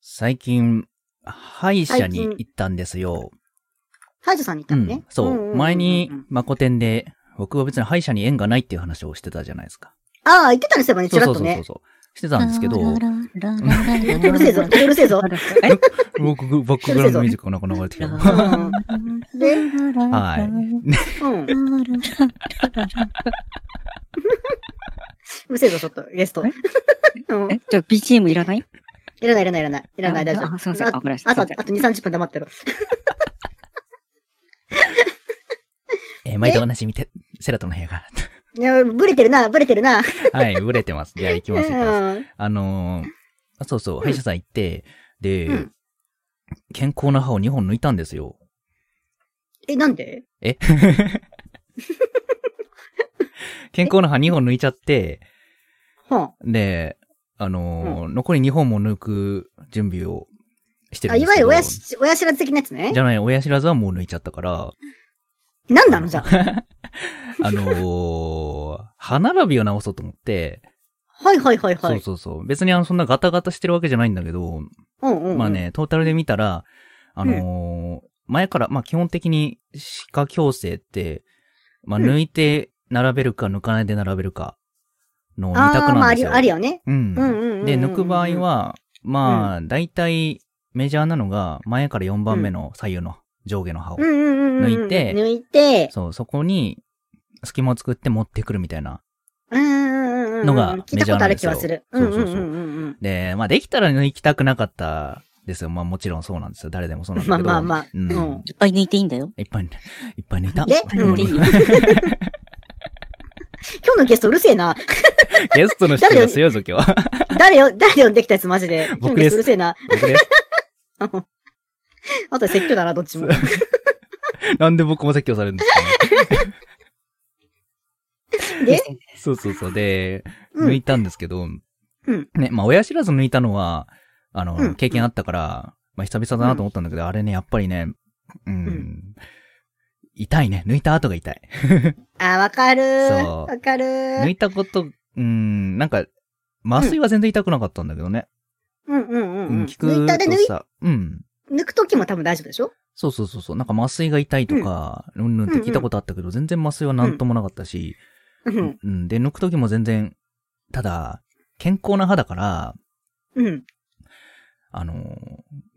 最近、歯医者に行ったんですよ。歯医者さんに行ったうのん、ね。そう,、んんんん前に、マコテンで、僕は別に歯医者に縁がないっていう話をしてたじゃないですか。ああ、言ってたね、そういえばね、そちうらそっうとそうねそう。。してたんですけど、うるせえぞ、うるせえぞ。僕、バックグラウンドミュージックがなく流れてきた。はで、い。うん。うるせえぞ、ちょっと、ゲスト。 うんえ、じゃあ BGM いらないいらない、いらない、いらない。いいらない、大丈あ、すいません。夫。あ、あわかりました。あと、あすいまと2、30分黙ってろ。えー毎度おなじみて、セラトの部屋 が。いや、ブレてるな、ブレてるな。はい、ぶれてます。じゃあ行きうます、行きます。ん。あのーあそうそう、歯医者さん行って、で、うん健康な歯を2本抜いたんですよ。え、なんで健康な歯2本抜いちゃって、はで、あのー残り2本も抜く準備をしてあ。るあ、んでいすわけゆど。る親し、親知らず的なやつねじ。ゃない、親知らずはもう抜いちゃった から、なんなのじゃあ。あのー歯並びを直そうと思って、はいはいはいはそうい。そうそう。別にあの、そんなガタガタしてるわけじゃないんだけど、うんうんうん。まあ。ね、トータルで見たら、あのー前から、まあ基本的に歯科矯正って、まあうん抜いて並べるか抜かないで並べるかの二あ択あ、まあ、なんあですりよ。ありよね。うん。うんうんうんうんうんで、抜く場合は、まあ、大体メジャーなのが前から4番目の左右の上下の歯を。うんうんうんうん。抜いて抜いて、そう、そこに隙間を作って持ってくるみたいな。うんうんうんうん。のが聞いたことある気はメジすャーなんで。るすうんようんうんうんうん。で、まあできたら抜きたくなかったですよ。まあもちろんそうなんですよ。誰でもそうなんだまあけど。まあまあ。ううんん。せんいっぱい抜いていいんだよ。いっぱい、いっぱい抜いた。 でうんうん今日のゲストうるせえな。ゲストの人が強いぞ、今日は。誰よ、誰呼んできたやつマジで。今日の僕ゲですストうるせえな。僕です。あのあとで説教だな、どっちも。なんで僕も説教されるんですかね。 で、そうそうそう。で、う抜いん。たんですけど、うんね、まあ、親知らず抜いたのは、あの、うん経験あったから、まあ、久々だなと思ったんだけど、あれね、やっぱりね、うん、ん痛いね。抜いた後が痛い。あ、わかるそうわかる抜いたこと、うん、なんか、麻酔は全然痛くなかったんだけどね。うんうんううんん、うん。聞く抜いたで抜とい、さ、うん。抜くときも多分大丈夫でしょそうそうそうそう。なんか麻酔が痛いとか、うんぬんって聞いたことあったけど、全然麻酔はなんともなかったし、うん。うん。で、抜くときも全然、ただ、健康な歯だから、うん。あのー、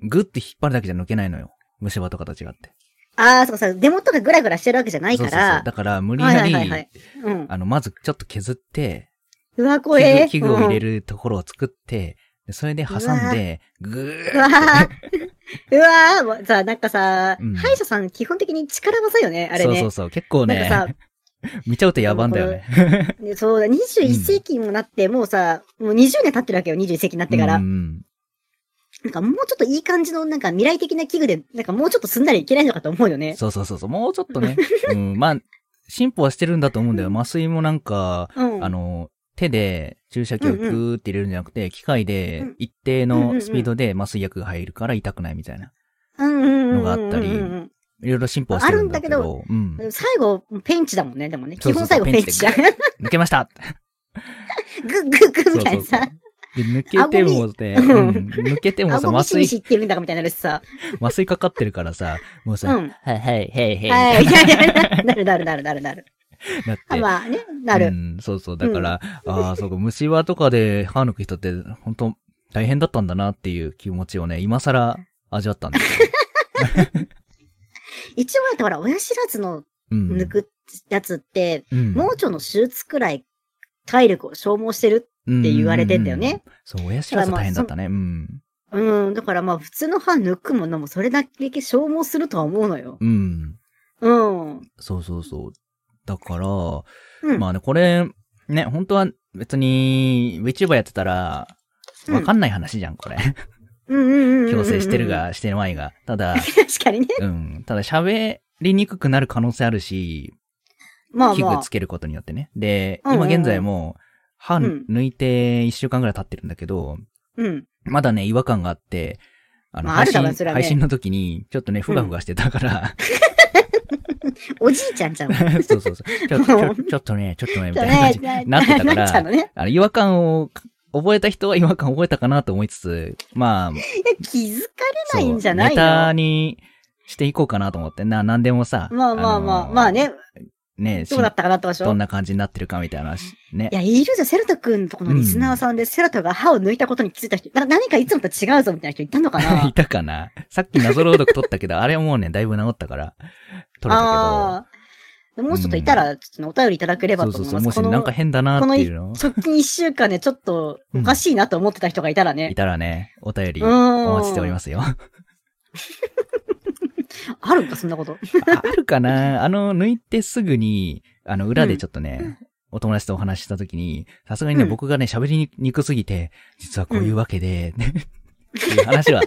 グッて引っ張るだけじゃ抜けないのよ。虫歯とかと違って。ああ、そうかそうか。デモとかグラグラしてるわけじゃないかそうそうそうら。だから、無理やり、はいはいはいはいうん。あの、まずちょっと削って、うわ、怖え。器具器具を入れる。るところを作って、でそれで挟んで、ぐうわーー うわーもうさ、なんかさ、うん歯医者さん基本的に力技よね、あれそうね。そうそう。結構なんねか、 見ちゃうと野蛮だよね。でそううだ、ん21世紀にもなって、もうさ、もう20年経ってるわけよ、21世紀になってから。うん。なんかもうちょっといい感じの、なんか未来的な器具で、なんかもうちょっとすんなりいけないのかと思うよね。そうそうそうそう。もうちょっとね。う ん。まあ、進歩はしてるんだと思うんだよ。麻酔もなんか、うん。あの、手で注射器をグーって入れるんじゃなくて、機械でうん一定うんうんうのんスピードで麻酔薬が入るから痛くないみたいな。うんうんうんうんうんうん、のがあったりいろいろ進歩はしてるんだけああど、うん。最後、ペンチだもんね、でもね。そう基そう本そう最後ペンチじゃん。グ抜けましたッ グッグそうみたいそうそなうさ。。で抜けても ね、顎にうん抜けてもさ、麻顎ミシミシ酔、言ってるんだかみたいになるしさ。麻酔かかってるからさ、もううさ、ん。はいはいはいははい。いやいやなるなるなるな るなる。い、なっあて。まあね、なうる。ん、そうそう。だから、ああ、そうか、虫歯とかで歯抜く人って、本当大変だったんだなっていう気持ちをね、今更味わったんですよ。一応だってほら、親知らずのうん。抜くやつって、うん、盲腸の手術くらい体力を消耗してる。って言われてんだよね。そう、親知らず大変だったね。うん。うん、だからまあ普通の歯抜くものもそれだけ消耗するとは思うのよ。うん。うん。そうそうそう。だから、 うん。まあね、これ、ね、本当は別に VTuber やってたら、うんわかんない話じゃん、これ。うんうんうんうんうんうん強制してる。が、してないが。ただ、確かにね。うん。ただ喋りにくくなる可能性あるし、まあ器ま具あつ。けることによってね。で、うんうんう今ん現在も、歯うん抜いて1週間ぐらい経ってるんだけど、うん。まだね、違和感があって、あの、まああ配るだ信、ろうそれはね配信の時に、ちょっとね、ふがふがしてたから、おじいちゃんじゃん。じ そうそうそう。ちょ、ちょ、ちょっとね、ちょっとね、みたいな感じになってたかなっちゃうら、のね。あの、違和感を、覚えた人は違和感覚えたかなと思いつつ、まあ、いや、気づかれないんじそゃうなネいのタにしていこうかなと思って、な、なんでもさ。まあまあまあ、のーまあ。ね、ねどうだったかなって場所。どんな感じになってるかみたいな話。ねい。や、いるじゃん、セルト君とこのリスナーさんで、セルトが歯を抜いたことに気づいた人、なんか何かいつもと違うぞみたいな人いたのか いなたかなさっき謎朗読取ったけど、あれはもうね、だいぶ治ったから、取れたああ。もうちょっといたら、ちょっとねお便りいただけければど。そとう思いそうそう。まもす。しなんか変だなっていうのこの、直近一週間ね、ちょっとおかしいなと思ってた人がいたらねい。たらね、お便りうんお待ちしておりますよ。ああるんか、そんなこと。あるかなあの、抜いてすぐに、あの、裏でちょっとね、お友達とお話しした時に、さすがにね、うん僕がね、喋りにくすぎて、実はこういうわけで、っていう話は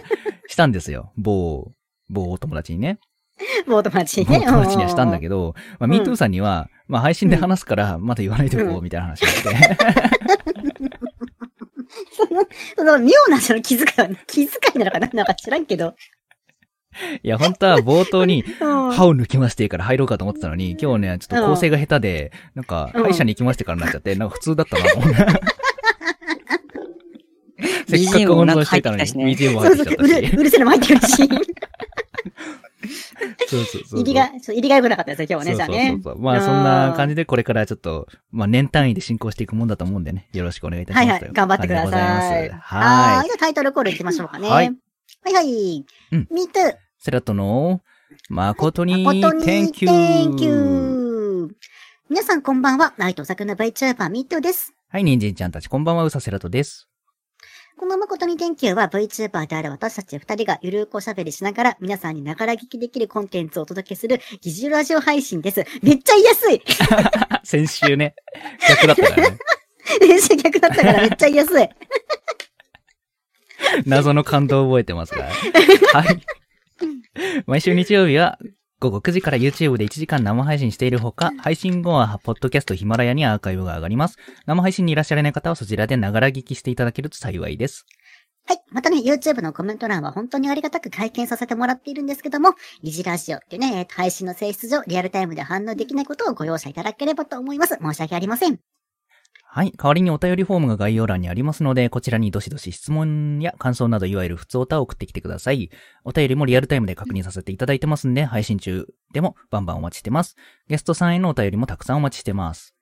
したんですよ。某、某お友達にね。もう友 達にもうね。友達にはしたんだど。けど、まあ、うん MeToo さんには、まあ、配信で話すから、また言わないでおこうう、みたいな話をして。その、その妙なその気遣いは、 気遣いなのかななんか知らんけど。いや、本当は冒頭に、うん歯を抜きましてから入ろうかと思ってたのに、今日ね、ちょっと構成が下手で、なんか、うん歯医者に行きましてからになっちゃって、なんか普通だったなと 思って、せっかく温存していたのに、 BGM もなんか BGM もそ入うってそう、きちゃうる、 うるせえのも入ってくるし。ったし。そうそうそう。入りが、ちょっと入りが良くなかったですね、今日はね、じゃあそねう。そうそうまあ、そんな感じでこれからちょっと、まあ、年単位で進行していくもんだと思うんでね、よろしくお願いいたしまはすという。はい、頑張ってくだ感じさでござい。いますはい。ーじゃあタイトルコールいきましょうかね。ははいいはい。うんミートゥセラトの、誠に、誠に Thank you! Thank you! 皆さんこんばんは。ナイトオサクの VTuber ミートゥです。はい、人参ちゃんたち、こんばんは、うさセラトです。この誠に Thank you は VTuber である私たち二人がゆるくおしゃべりしながら皆さんにながら聞きできるコンテンツをお届けする疑似ラジオ配信です。めっちゃ言いやすいあ先週ね、逆だったからね。練習逆だったからめっちゃ言いやすい。謎の感動を覚えてますが。はい。毎週日曜日は、午後9時から YouTube で1時間生配信しているほか、配信後は、ポッドキャストヒマラヤにアーカイブが上がります。生配信にいらっしゃらない方は、そちらでながら聞きしていただけると幸いです。はい。またね、YouTube のコメント欄は本当にありがたく拝見させてもらっているんですけども、リジラジオっていうね、えーと配信の性質上、リアルタイムで反応できないことをご容赦いただければと思います。申し訳ありません。はい。代わりにお便りフォームが概要欄にありますので、こちらにどしどし質問や感想など、いわゆる普通歌を送ってきてください。お便りもリアルタイムで確認させていただいてますんで、配信中でもバンバンお待ちしてます。ゲストさんへのお便りもたくさんお待ちしてます。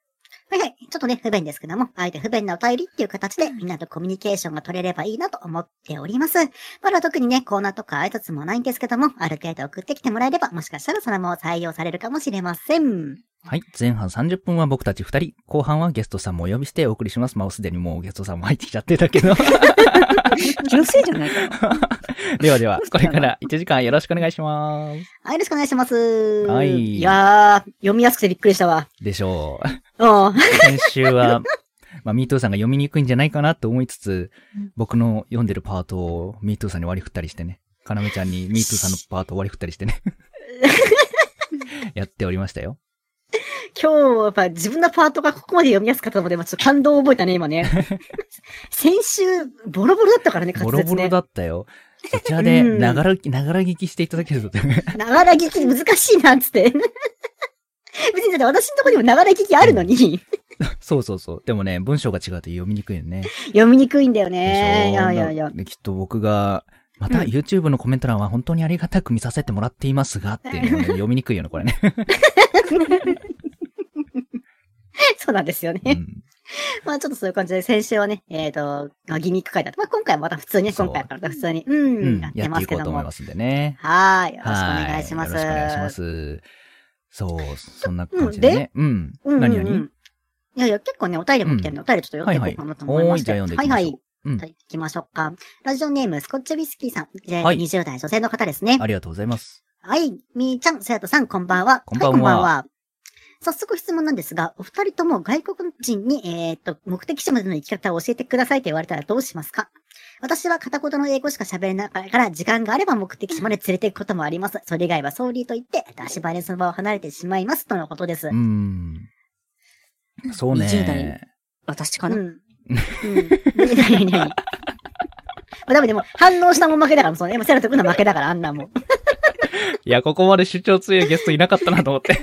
はいはい。ちょっとね、不便ですけども、あえて不便なお便りっていう形で、みんなとコミュニケーションが取れればいいなと思っております。まだ特にね、コーナーとか挨拶もないんですけども、ある程度送ってきてもらえれば、もしかしたらそのまま採用されるかもしれません。はい。前半30分は僕たち2人、後半はゲストさんもお呼びしてお送りします。まあ、すでにもうゲストさんも入ってきちゃってたけ ど。気のせいじゃないかな。ではでは、これから1時間よろしくお願いします。はい、よろしくお願いします。はいいやー、読みやすくてびっくりしたわ。でし ょう。うん。先週は、まあ、ミートゥーさんが読みにくいんじゃないかなと思いつつうん、僕の読んでるパートをミートゥーさんに割り振ったりしてね、かなめちゃんにミートゥーさんのパートを割り振ったりして ね、やっておりましたよ。今日はやっぱ自分のパートがここまで読みやすかったので、まあ、ちょっと感動を覚えたね、今ね。 先週、ボロボロだったからね、ボ滑ロ舌ボロね。だったよ。そちらで、うんながら、ながら聞きしていただけると、 ながら聞き難しいな、つって。別 にだって私のとこにもながら聞きあるのに、そうそうそう。でもね、文章が違うと読みにくいよね。読みにくいんだよでね。いしょやいやいや。できっと僕が、またうん YouTube のコメント欄は本当にありがたく見させてもらっていますが、って いうのはね読みにくいよね、これね。そうなんですよね。うんまあちょっとそういう感じで、先週はね、えっ、と、まあギミック会だった。まあ今回はまた普通にね、そう今回から普通に、うん、うんやっやてってまいすこけうとど思いもま。すんでね。はい。よろしくおは願いします。よろしくお願いしま。す。そう、そんなうん感じでね。うん。うんうんうん何々いやいや、結構ね、お便りも来てるので、お便りちょっと読んでいこうかなと思いまして。はいはいおーいじゃあ読んでいきましょうはいはい。うんはい、行きましょうか。ラジオネーム、スコッチウィスキーさん。ではい20代女性の方ですね。ありがとうございます。はい。みーちゃん、さやとさん、こんばんは。こんばんははい、こんばんは。早速質問なんですが、お二人とも外国人に、えーっと、目的地までの行き方を教えてくださいと言われたらどうしますか私は片言の英語しか喋れないから、時間があれば目的地まで連れて行くこともあります。それ以外はソーリーと言って、足早にその場を離れてしまいます、とのことです。うーん。そう20代ね。私かうな。ん。うん。いやいやいやいや。ダメでも、反応したもん負けだから、その、今セラト君の負けだから、あんなもん。いや、ここまで主張強いゲストいなかったなと思って。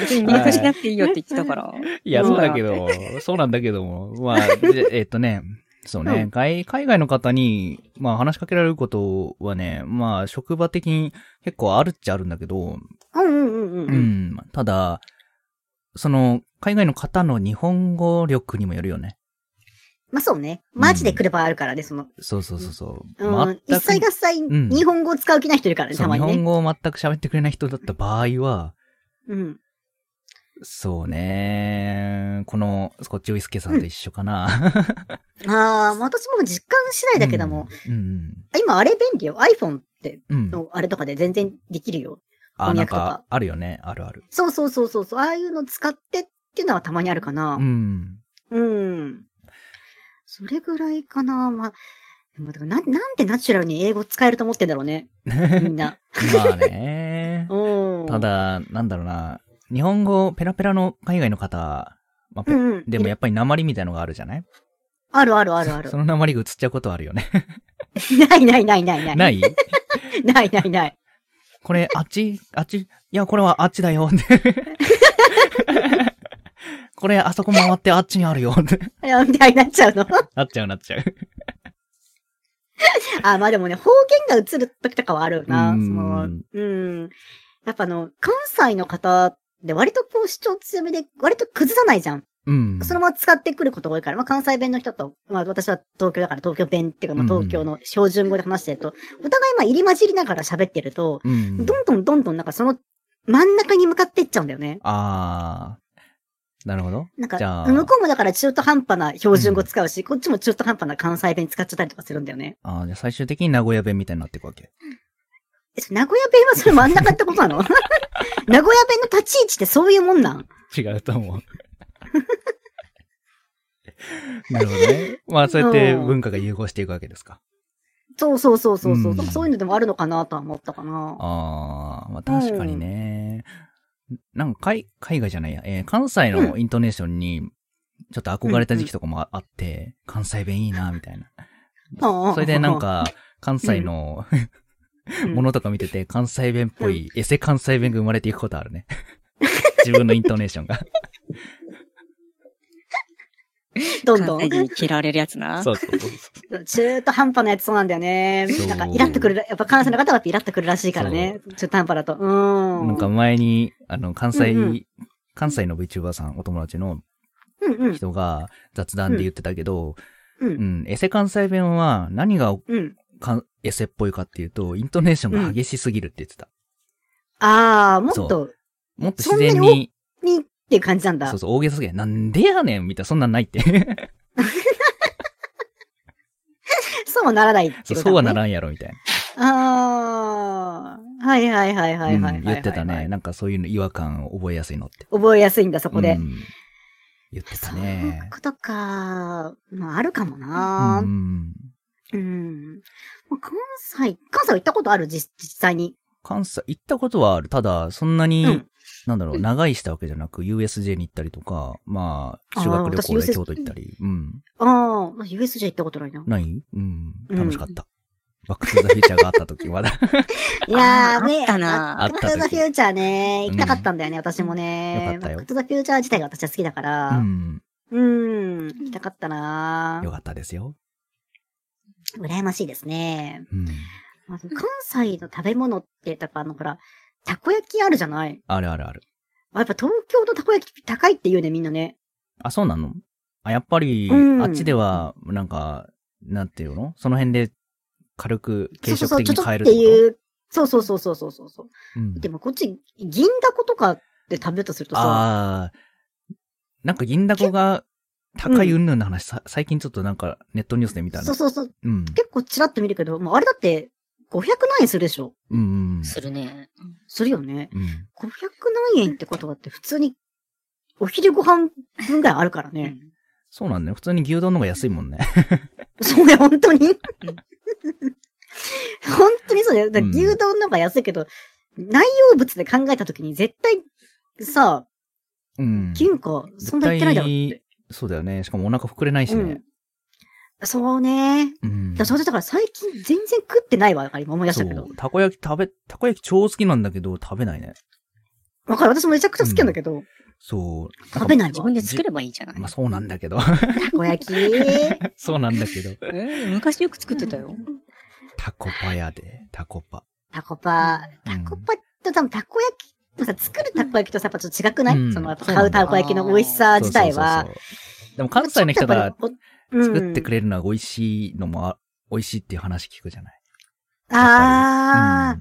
別に入国しなくていいよって言ってたから。いや、そうだけ ど、そうなんだけども。まあ、じゃえっとね、そうね、うん外、海外の方に、まあ話しかけられることはね、まあ職場的に結構あるっちゃあるんだけど、うんうんうんう。うんん、ただ、その、海外の方の日本語力にもよるよね。まあそうね。マジで来る場合あるからね、その。そうそうそうそう。うん。一切合切、ん日本語を使う気ない人いるからね、そたうま日に本ね。語を全く喋ってくれない人だった場合は、うん。そうね、この、スコッチウイスケさんと一緒かな。ああ、まあ私も実感しないだけども。 うん。あ今あれ便利よ。iPhone って、うん。うん。のあれとかで全然できるよ。あ、なん翻訳とかか、あるよね。あるある。そうそうそうそうそう。ああいうの使ってっていうのはたまにあるかなう。ん。うん。それぐらいかな。まあ、でもだからなんなんでナチュラルに英語使えると思ってんだろう ね。みんな。まあね。うん。た、だ、なんだろうな。日本語ペラペラの海外の方、まあ、ペうんうん。でもやっぱり鉛みたいのがあるじゃないあるあるあるあるそ。の鉛が映っちゃうことはあるよね。 ないないないないない。ないいないないない。これ、あっちあっちいや、これはあっちだ よって。これ、あそこ回ってあっちにあるよって。いやみたいになっちゃうの。なっちゃうなっちゃう。 あ、まあでもね、方言が映る時とかはあるな。うそんの、うん。やっぱあの、関西の方で割とこう主張強めで、割と崩さないじゃん。うん。そのまま使ってくることが多いから、まあ関西弁の人と、まあ私は東京だから東京弁っていうか、まあうんうん東京の標準語で話してると、お互いまあ入り混じりながら喋ってると、うん。どんどんどんどんなんかその真ん中に向かっていっちゃうんだよね。あー。なるほど。なんかじゃ、あ向こうもだから中途半端な標準語使うし、こっちも中途半端な関西弁使っちゃったりとかするんだよね。あーじゃあ最終的に名古屋弁みたいになっていくわけ。え、それ名古屋弁はそれ真ん中ってことなの 名古屋弁の立ち位置ってそういうもんなん違うと思う。なるほどね。まあ、そうやって文化が融合していくわけですか。そうそうそうそうそう。うんなんかそういうのでもあるのかなとは思ったかな。ああ、まあ確かにね。なんか海、海外じゃないや、えー関西のイントネーションに、ちょっと憧れた時期とかもああって、関西弁いいな、みたいな。それでなんか、関西のうん、ものとか見てて、関西弁っぽい、エセ関西弁が生まれていくことあるね。 自分のイントネーションが。どん関ど西ん。人に嫌われるやつな。そうそうそうそう。中途半端なやつそうなんだよねそう。なんかイラってくるら、やっぱ関西の方はやっぱイラってくるらしいからね。中途半端だと。うーん。なんか前に、あの、関西、うんう関西の VTuber さん、お友達のうんうん。人が雑談で言ってたけど、ううんん。、エセ関西弁は何がうん。かエセっぽいかっていうと、イントネーションが激しすぎるって言ってた。ああ、もっそと、もっと自然に、にっていう感じなんだ。そうそう、大げさすぎる。なんでやねんみたいな、そんなんない って。 そうはならないってそうそことだもんね、うはならんやろ、みたいな。ああ、はいはいはいはいはいはいはい、うん言ってたね。。なんかそういうの違和感を覚えやすいのって。覚えやすいんだ、そこで。うん言ってたそういうね。ことか。まあ、あるかもうな。うん。ん。まあ関西、関西は行ったことある実実際に。関西、行ったことはある。ただ、そんなに、うんなんだろう、長いしたわけじゃなく、USJ に行ったりとか、まあ、修学旅行であー私京都行ったり、うん。ああ、USJ 行ったことないな。ないうん。うん楽しかった。バックトゥザフューチャーがあった時は だ。よいやーね、あったなあっバックたトゥザ時フューチャーうね、ん行きたかったんだよね、私もよね。かったよバックトゥザフューチャー自体が私は好きだかうら。ん。うん、行きたかったなよかったですよ。羨ましいですね。うん。まあでも関西の食べ物って、だからあの、ほら、たこ焼きあるじゃないあるあるある。あやっぱ東京のたこ焼き高いって言うね、みんなね。あ、そうなのあ、やっぱり、うんあっちでは、なんか、なんていうのその辺で、軽く、軽そ食うそう的そう、にちょ変えっるとっっててこいう。そうそうそうそうそうそうそう。とうんでもこっち、銀だことかで食べるとするとさ、ああー、なんか銀だこが、高い云々の話、さ最近ちょっとなんか、ネットニュースで見たんそだう。そうそう、うん。結構ちらっと見るけど、もうあれだって、500何円するでしょうんうんうん。るね。するよね。うん。 500何円ってことだって普通に、お昼ご飯分ぐらいあるからね。そうなんだよ。普通に牛丼の方が安いもんね。そうね、本当に。 本当にそうだよ。だから牛丼の方が安いけど、内容物で考えたときに絶対、さ、うん。金貨、そんな言ってないだろうって絶。対そうだよね。しかもお腹膨れないしね。うん、そうね。うん。だからそれだから最近全然食ってないわ、今思い出しそたけど。う。たこ焼き食べ、たこ焼き超好きなんだけど、食べないね。わかる。私もめちゃくちゃ好きなんだけど、そう。食べない。ない自わ分。で作ればいいじゃないまあ、そうなんだけ ど。たこ焼き。作そうなんだけど。えー昔よく作ってたよ。。タコパやで、タコパ。タコパ。タコパと多分たこ焼き、でもさ、作るたこ焼きとさ、やっぱちょっと違くない、うんその、やっぱそうな買んうだたこ焼きの美味しさ自体はそ。うそうそうそうでも関西の人が作ってくれれるのは美味しいのもあ、美味しいっていう話聞くじゃない。ああ、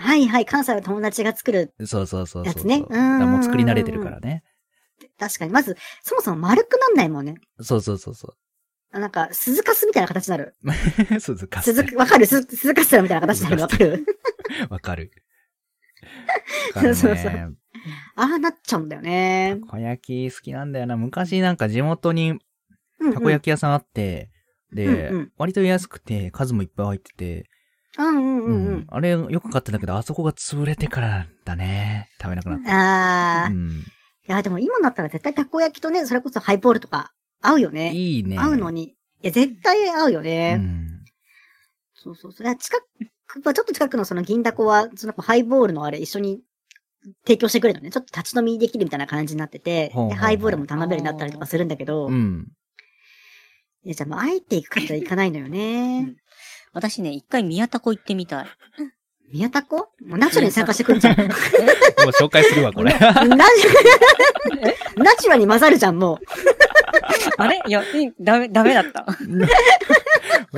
はいはい。関西の友達が作る。うんそうそうそうそう。やつねだからもう作り慣れてるかうらね。確かに。まず、そもそも丸くなんないもんね。そうそうそうそあなんか、鈴かすみたいな形になる。う。 鈴鹿。鈴、わかる鈴鈴かすらみたいな形に なる。わかるわか る。そうだそかうらねああ、なっちゃうんだよね。たこ焼き好きなんだよな。昔なんか地元にうんたこ焼き屋さんあって、で、うんうん割と安くて数もいっぱい入ってて、き。うんうんううんんあれよく買ってたけど、あそこが潰れてからだね。食べなくなっうん。ああ、た。ういん、や、でも今だったら絶対たこ焼きとね、それこそハイボールとか合うよね。いいね。合うのに。いや、絶対合うようね。ん。そうそう。それは近く、まあちょっと近くのその銀だこは、そのやっぱハイボールのあれ一緒に提供してくれるのね。ちょっと立ち飲みできるみたいな感じになってて、ほうほうでハイボールも頼めるようになったりとかするんだけど、ういん。や、じゃあもうあえて行く方はいかないのようねん。私ね、一回宮田湖行ってみたい。宮田湖もうナチュラルに参加してく んじゃん。ナもう紹介するわ、これ。チュナチュラルに混ざるじゃん、もあれいや、いいダメ、ダメだった。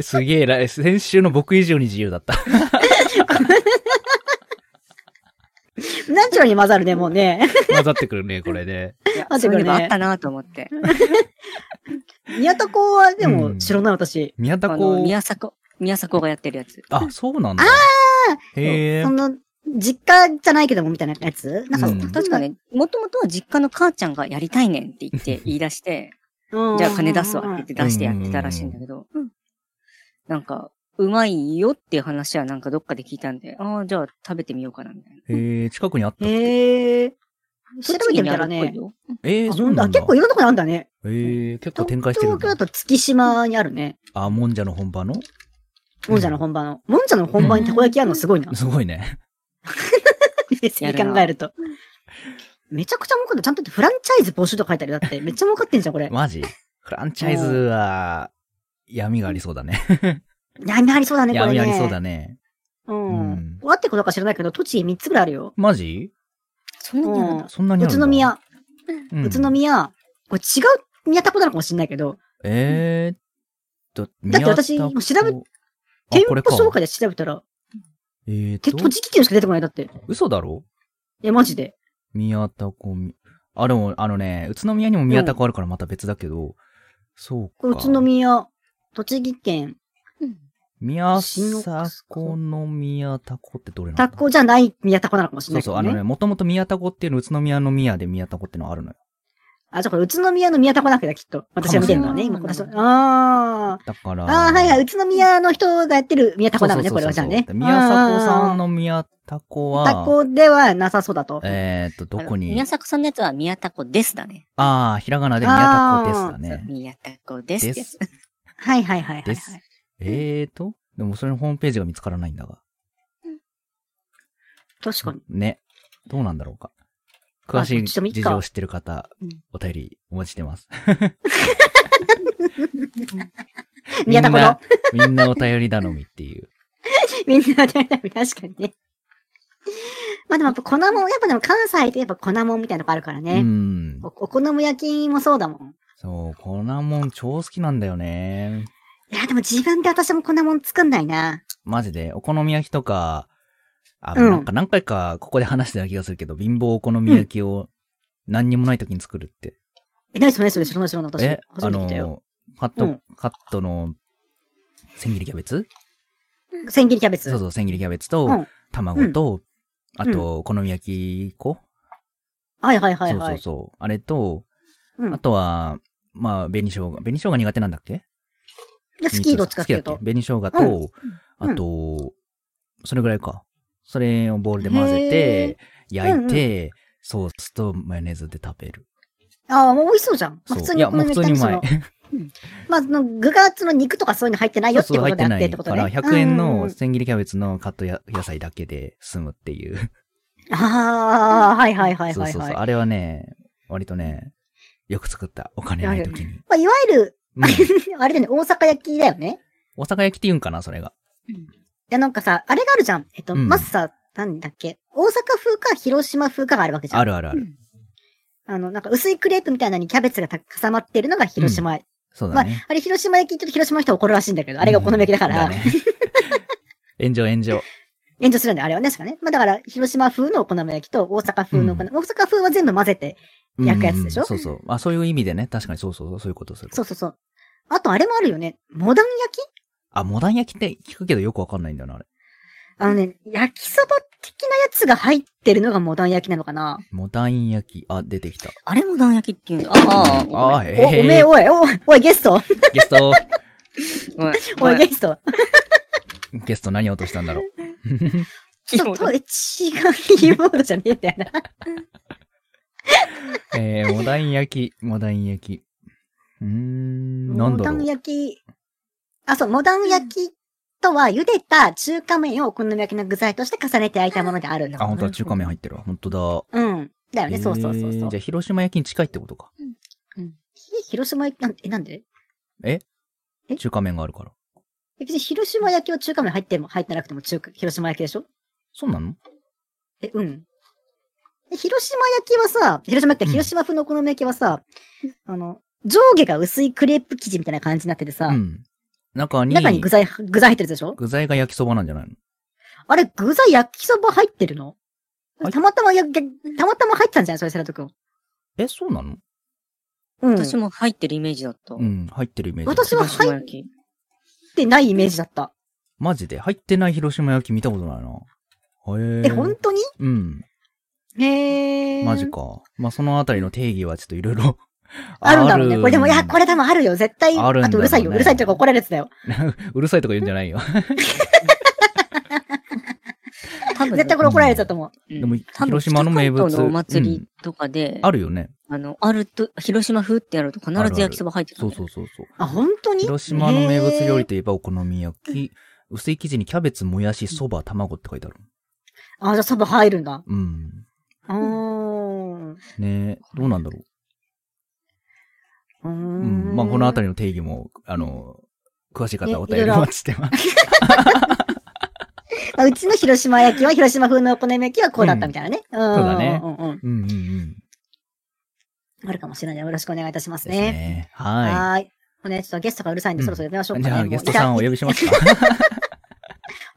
すげえら、先週の僕以上に自由だった。 う。ナチュラルに混ざるね、もうね。混ざってくるね、これで。いやあそういえばでもねあったなと思って。宮田湖はでうもん知らない私。宮あ田の、湖。宮迫、宮迫がやってるやつ。あ、そうなんだ。へえそ。の、実家じゃないけどもみたいなやつなんか、うん確か。ね、もともとは実家の母ちゃんがやりたいねんって言って言い出して、 うんじゃあ金出すわって言って出してやってたらしいんだけど、なんか、うまいよっていう話はなんかどっかで聞いたんで、ああ、じゃあ食べてみようかなみたいな。へえ、近くにあった。へえ。調べてみたら栃木ねにあるっぽい。よえー、あ、そほうんとなあんだ。結構いろんなとこにあるんだね。ええ、結構東展開してる京んだだ。と月島にあるね。あ、もんじゃの本場のもんじゃの本場の。もんじゃの本場にたこ焼きあるのすごい な。すごいね。別に考えると。めちゃくちゃ儲かってるちゃんとフランチャイズ募集とか書いてあるよ。だって、めっちゃ儲かってんじゃん、これ。マジフランチャイズは、闇がありそうだね。闇ありそうだね、これね。闇ありそうだね。ううんん。終わってことか知らないけど、栃木3つぐらいあるよ。マジそんなにあるんだうんそんなに宇あるん都だ、宮、うん宇都宮、これ違う宮田湖なのかもしれないけど、えーっと、だって私宮田湖調べあ店こ舗れか紹介で調べたら、えーってと、栃木県しか出てこない。だって。嘘だろいや、マジで。宮田湖み、あ、でも、あのね、宇都宮にも宮田湖あるからまた別だけど、そうこか。れ宇都宮、栃木県、宮迫の宮田湖ってどれなんだタコじゃない宮田湖なのかもしれそなうそう、いけど、あね。のね、もともと宮田湖っていうの宇都宮の宮で宮田湖ってのがあるのよ。あ、じゃあこれ宇都宮の宮田湖なわけだ、きっと。私が見てるのはね、かも今これしれないあー。だから、あーはいはい、い、宇都宮の人がやってる宮田湖なのね、そうこれそうはそじうゃそあうね。宮迫さんの宮田湖あー。は、タコではなさそうだと。えーっと、どこあのに宮、迫さんのやつは宮田湖ですだね。ああ、ひらがなで宮田湖ですだそうね。宮田湖ですってやつ。はいはいはいはい、ではすい。えーと、でもそれのホームページが見つからないんだが。確かに。ね。どうなんだろうか。まあ詳しいどっちでもいいか事情を知ってる方うん、お便りお待ちしてます。 宮田湖の。みんな、みん なお便り頼みっていう。みんなで、確かにね。まあでもやっぱ粉もん、やっぱでも関西ってやっぱ粉もんみたいなとこあるからうね。ん。おお好み焼きもそうだもん。そう、こんなもん超好きなんだよね。いや、でも自分で私も粉もん作んないな。マジで、お好み焼きとか、あ、うんなんか何回かここで話してた気がするけど、貧乏お好み焼きを何にもない時に作るって。え、何それ何それ知らない知らない私。え、初あめて聞いたよ。の、カッうトん、カットの、千切りキャベツ千切りキャベツ。そうそう、千切りキャベツうとん、卵と、あと、お好み焼き粉はいはいはいそうはそうい。そう。あれと、うんあとは、まあ、紅生姜。紅生姜苦手なんだっけでスキーどっちかってい好うき。だとっけ紅生姜と、うんあと、それぐらいか。それをボウルで混ぜて、焼いて、ソースとマヨネーズで食べる。ああ、もう美味しそうじゃん。まあ、そう普通いにや、お好もうみ普通焼きにうそまいの。 まあ、その具がその肉とかそういうの入ってないよっていうこ入とっであてっなてっいてこかとね。ら、100円うんうんうのん千切りキャベツのカットや野菜だけで済むっていう。ああ、はいはいはいはいそうそうはそい。う。あれはね、割とね、よく作った。お金ない時に。まあ、いわゆる、 うん。あれだよね、大阪焼きだよね。大阪焼きって言うんかな、それが。いや、なんかさ、あれがあるじゃん。えっと、うんまずさ、なんだっけ。大阪風か広島風かがあるわけじゃん。あるあるある。あの、なんか薄いクレープみたいなのにキャベツがた重なってるのが広島。そうまだあね。、あれ広島焼き、ちょっと広島の人は怒るらしいんだけど、あれがお好み焼きだから、うんね炎上炎上。炎上するんだよ、あれはね、確かね。まあだから、広島風のお好み焼きと大阪風のお好み、大阪風は全部混ぜて、 焼くやつでしょうんうんうんそうそう。あ、そういう意味でね。確かにそうそうそう。そういうこと、そういうこと。そうそうそう。あと、あれもあるよね。モダン焼きあ、モダン焼きって聞くけどよくわかんないんだよな、あれ。あのね、焼きそば的なやつが入ってるのがモダン焼きなのかなモダン焼き。あ、出てきた。あれも団焼きっていうんだ。ああ、あ、お、おめへえ、え。おい、おい、おい、ゲストゲスト、ごめおんい、ごめんゲストゲスト何落としたんだろう。ちょっと、え違う、キーボードじゃねえんだよな。えー、モダン焼き、モダン焼き。うーん、なんモだダろンう。焼き、あ、そう、モダン焼きとは、茹でた中華麺をお好み焼きの具材として重ねて焼いたものであるのあ、。本当は中華麺入ってるわ。本当うん。だだ。よね、そうそうそうえそーうじゃあ、。広島焼きに近いってことか。ひ広島焼き、なんえ、なんでえ中華麺があるから。別に広島焼きは中華麺入っても、入ってなくても中華、広島焼きでしょそうなのえ、うん。え広島焼きはさ、広島う焼きんは広島風のお好み焼きはさ、あの、上下が薄いクレープ生地みたいな感じになっててさ、うん。中に、中に具材、具材入ってるでしょ具材が焼きそばなんじゃないのあれ、具材焼きそば入ってるのはいたまたまや、やたまたま入ってたんじゃないそれ、セラト君。え、そうなのうん。私も入ってるイメージだった。うん、入ってるイメージ。私は広島焼き入ってないイメージだった。マジで入ってない広島焼き見たことないな。へえ。え、本当にうん。へー。マジか。まあ、そのあたりの定義はちょっといろいろ あるんだろうね。これでも、いや、これ多分あるよ。絶対。あるんだろうねとうるさいよ。うるさいとか怒られてたよ。うるさいとか言うんじゃ ないよ。多分絶対これ怒られてたと思う。うんでも多分広島の名物北関東のお祭りとかで、あるよね。あの、あると、広島風ってやると必あるあるず焼きそば入ってたそんうだよ。そうそうそう。あ、本当に広島の名物料理といえばお好み焼き。薄い生地にキャベツ、もやし、そば、卵って書いてある。あ、じゃあサバ入るんだ。うん。うーん。ねえ、どうなんだろうーう。うんん。まあ、このあたりの定義も、あの、詳しい方はお便りねいろいおろ待ちしてます。まあうちの広島焼きは広島風のお好み焼きはこうだったみたいなね。うん。そうだねうんうんうんうんうん。うん。あるかもしれないのでよろしくお願いいたしますですね。ね。ははーい。これね、ちょっとゲストがうるさいんで、うんそろそろやめましょうい。かじね。ゃあ、もうゲストさんをおじゃ呼あびしますか。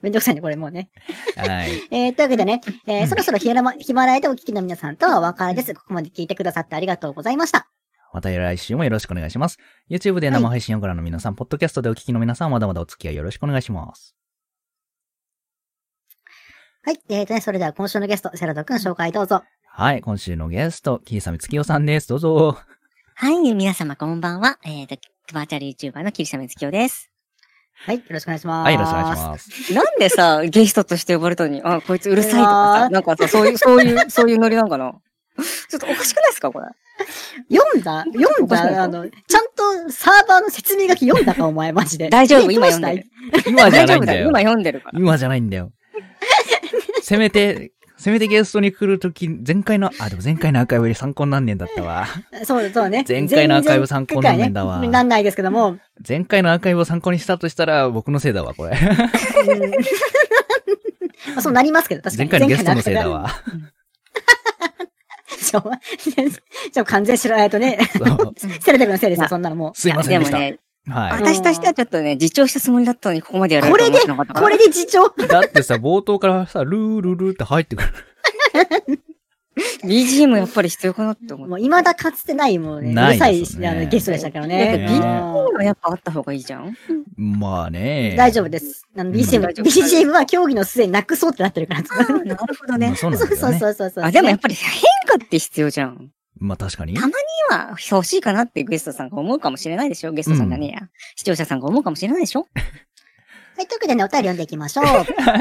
めんどくさいね、これもうね。 はい。えー、というわけでね、えーうんそろそろヒマラマヒマラヤでお聞きの皆さんとはお別れです。ここまで聞いてくださってありがとうございました。また来週もよろしくお願いします。YouTube で生配信をご覧の皆さん、ポッドキャストでお聞きの皆さん、まだまだお付き合いよろしくお願いします。はい。えーとね、それでは今週のゲスト、セラト君紹介どうぞ。はい、今週のゲスト、キリサメツキヨさんです。どうぞ。はい、皆様こんばんは。えっ、と、バーチャル YouTuber のキリシャメツキヨです。 はい。よろしくお願いします。はい、よろしくお願いします。なんでさ、ゲストとして呼ばれたのに、あ、こいつうるさいとかうわさ、ーなんかさ、そういう、そういう、そういうノリなんかな。 ちょっとおかしくないですか、これ。読んだ読んおかしくないだあの、ちゃんとサーバーの説明書き読んだか、お前、マジ で。大丈夫ね今読んでる。今じゃない大丈んだ夫だよよ。。今読んでるから。今じゃないんだよ。せめて、せめてゲストに来るとき、前回の、あ、でも前回のアーカイブより参考になんねえんだったわ。どうしたいそう、そうね。前回のアーカイブ参考になんねえんだわ前々回ねなんないですけども。前回のアーカイブを参考にしたとしたら、僕のせいだわ、これ。うんまあそうなりますけど、確か前に。回のゲストのせいだ前わ。回のアーカイブ。ちょ、ちょ、完全知らないとね。そうセレテルのせいですまよ、あそんなのもすいませんでしいたや。でもね、はい。私としてはちょっとね、自重したつもりだったのに、ここまでやられこるれとで思ってなかったう。かこら。れで自重だってさ、冒頭からさ、ルールルーって入ってくる。 BGM やっぱり必要かなって思って。もう、未だかつてない、もうね、うなるいさいですねあのゲストでしたからだっね。てねうん BGM はやっぱあった方がいいじゃん。まあね。大丈夫です。あの、うん BGM、大丈夫 BGM は競技の末なくそうってなって るから。なるほどまあ。そうなんそだうよそうね。そうそうそう。あ、でもやっぱり変化って必要じゃん。まあ確かに。た今、欲しいかなってゲストさんが思うかもしれないでしょゲストさんがねえや、視聴者さんが思うかもしれないでしょはい、というわけでね、お便り読んでいきま しょう。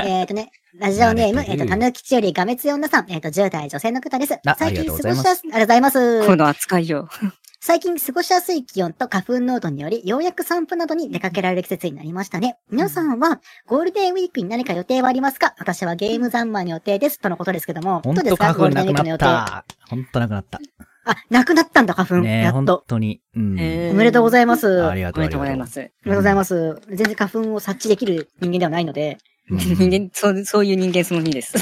えっとね、ラジオネ ーム、慣れてえるっ、と、たぬきちよりがめつよ女さん、えっ、と、10代女性の方ですあ。最ありが近とうござい過まごしすやす、ありがとうございます。この扱いよ。最近過ごしやすい気温と花粉濃度により、ようやく散歩などに出かけられる季節になりましたね。皆さんは、ゴールデンウィークに何か予定はありますか私はゲーム三昧の予定です。とのことですけども。ほんどうでとすか花ゴ粉ールデンなウィーくクのな予っ定。あ、た。ほんとなくなった。なくなったんだ、花粉。ねえ、やほっんと。とに。うん。えおめでとうございます。あありりがとう。おめありでとうござい がまとす。がとうございます。全然花粉を察知できる人間ではないので。ううん人間、そう、そういう人間その日です。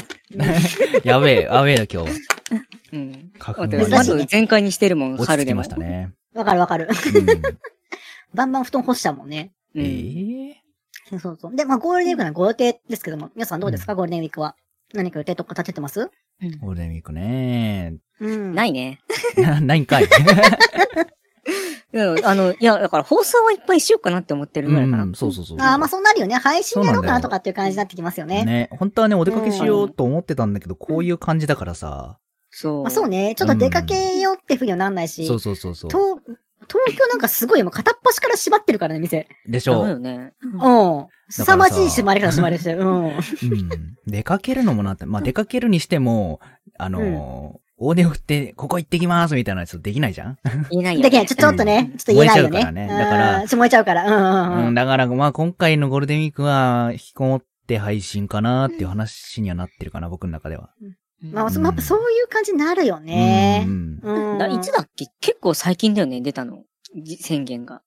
やべえ、アウェーだ今日。うん。花粉だってはマジねで窓全開にしてるもん、落ち春着きでも。ましたね。わかるわかる。 うんバンバン布団干しちゃうもんね。うんええそうそう。で、まあゴールデンウィークなご予定ですけども、皆さんどうですか、ゴールデンウィークは。何か予定とか立ててますゴールデンウィークね。うん。。ないいね。なないんか い。うんあの、いや、だから放送はいっぱいしようかなって思ってるぐらいかうな。んそうそうそう。ああ、まあそうなるよね。配信やろそうかなうなんだよとかっていう感じになってきますよね。ね。本当はね、お出かけしようと思ってたんだけど、こういう感じだからさ。そう。まあそうね。ちょっと出かけようってふうにはなんないし。そうそうそうそう。東東京なんかすごいもう片っ端から縛ってるからね、店。でしそょうよね。うん。凄まじい縛りから縛りしてる。うん。うん。出かけるのもなって、まあ、出かけるにしても、あのー大手を振って、ここ行ってきますみたいなやつできないじゃん、言え ないよ、だね。けど、ちょ、ちょっとね、ちょっと言えないよね。燃えちゃうからねだからうんちょ燃えちゃうから。うんうんう、うんん。だから、まあ、今回のゴールデンウィークは、引きこもって配信かなっていう話にはなってるかな、僕の中では。うん。まあ、そうんやっぱそういう感じになるよねう。ん。うん。だいつだっけ結構最近だよね、出たの。じ宣言が。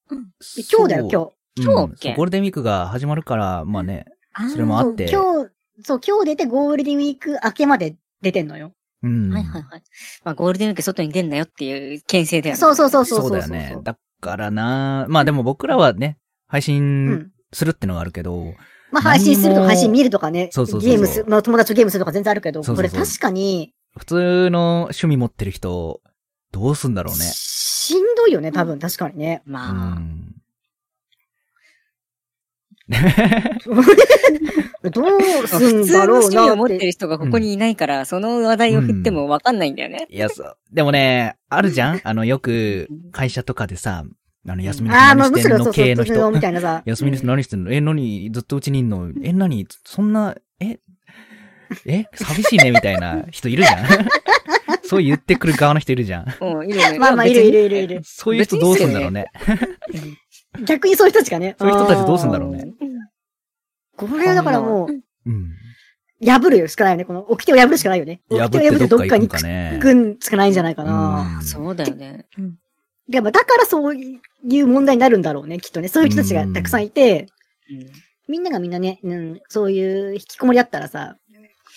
今日だよ、今日。日今日だっけゴールデンウィークが始まるから、まあね、あそれもあって。そう今日、そう、今日出てゴールデンウィーク明けまで出てんのよ。うん。はいはいはい。まあ、ゴールデンウィーク外に出んなよっていう牽制だよね。そうそうそうそう。そうだよね。だからな、まあでも僕らはね、配う信ん。するってのがあるけど、まあ、配信する何ともか配信見るとかね。そうそうそうそうゲームす、まあ、友達とゲームするとか全然あるけど、そうこそうそれう確かに、普通の趣味持ってる人、どうすんだろうね。しんどいよね、多分、確かにね。 うまあ、ん。どうす普ん通のだろう趣味なを持っってて。る人がここにいないから、その話題を振ってもわかんないんだよね。いや、そう。でもね、あるじゃんあの、よく、会社とかでさ、あの、休みの日ああ、ま何あ、むししてろんそのうそうそう系の人。。みたいなさ休みの日何してんのえ、何ずっとうちにいんのえ、何そんな、え、え、寂しいねみたいな人いるじ ゃんそう言ってくる側の人いるじゃんうん、いるよね。まあまあ、い別るにいるいるいる。そういう人どうすんだろうね。逆にそういう人たちがね。そういう人たちどうすんだう。ろうね。これだからもう、うん。破るしかないよね。この、掟を破るしかないよね。掟を破破っっててどどっっか行くかんにか行ね。くんしかないんじゃないかな。うんそうだよね。でもだからそういう問題になるんだろうね、きっとね。そういう人たちがたくさんいて、みんながみんなね、うん、そういう引きこもりだったらさ、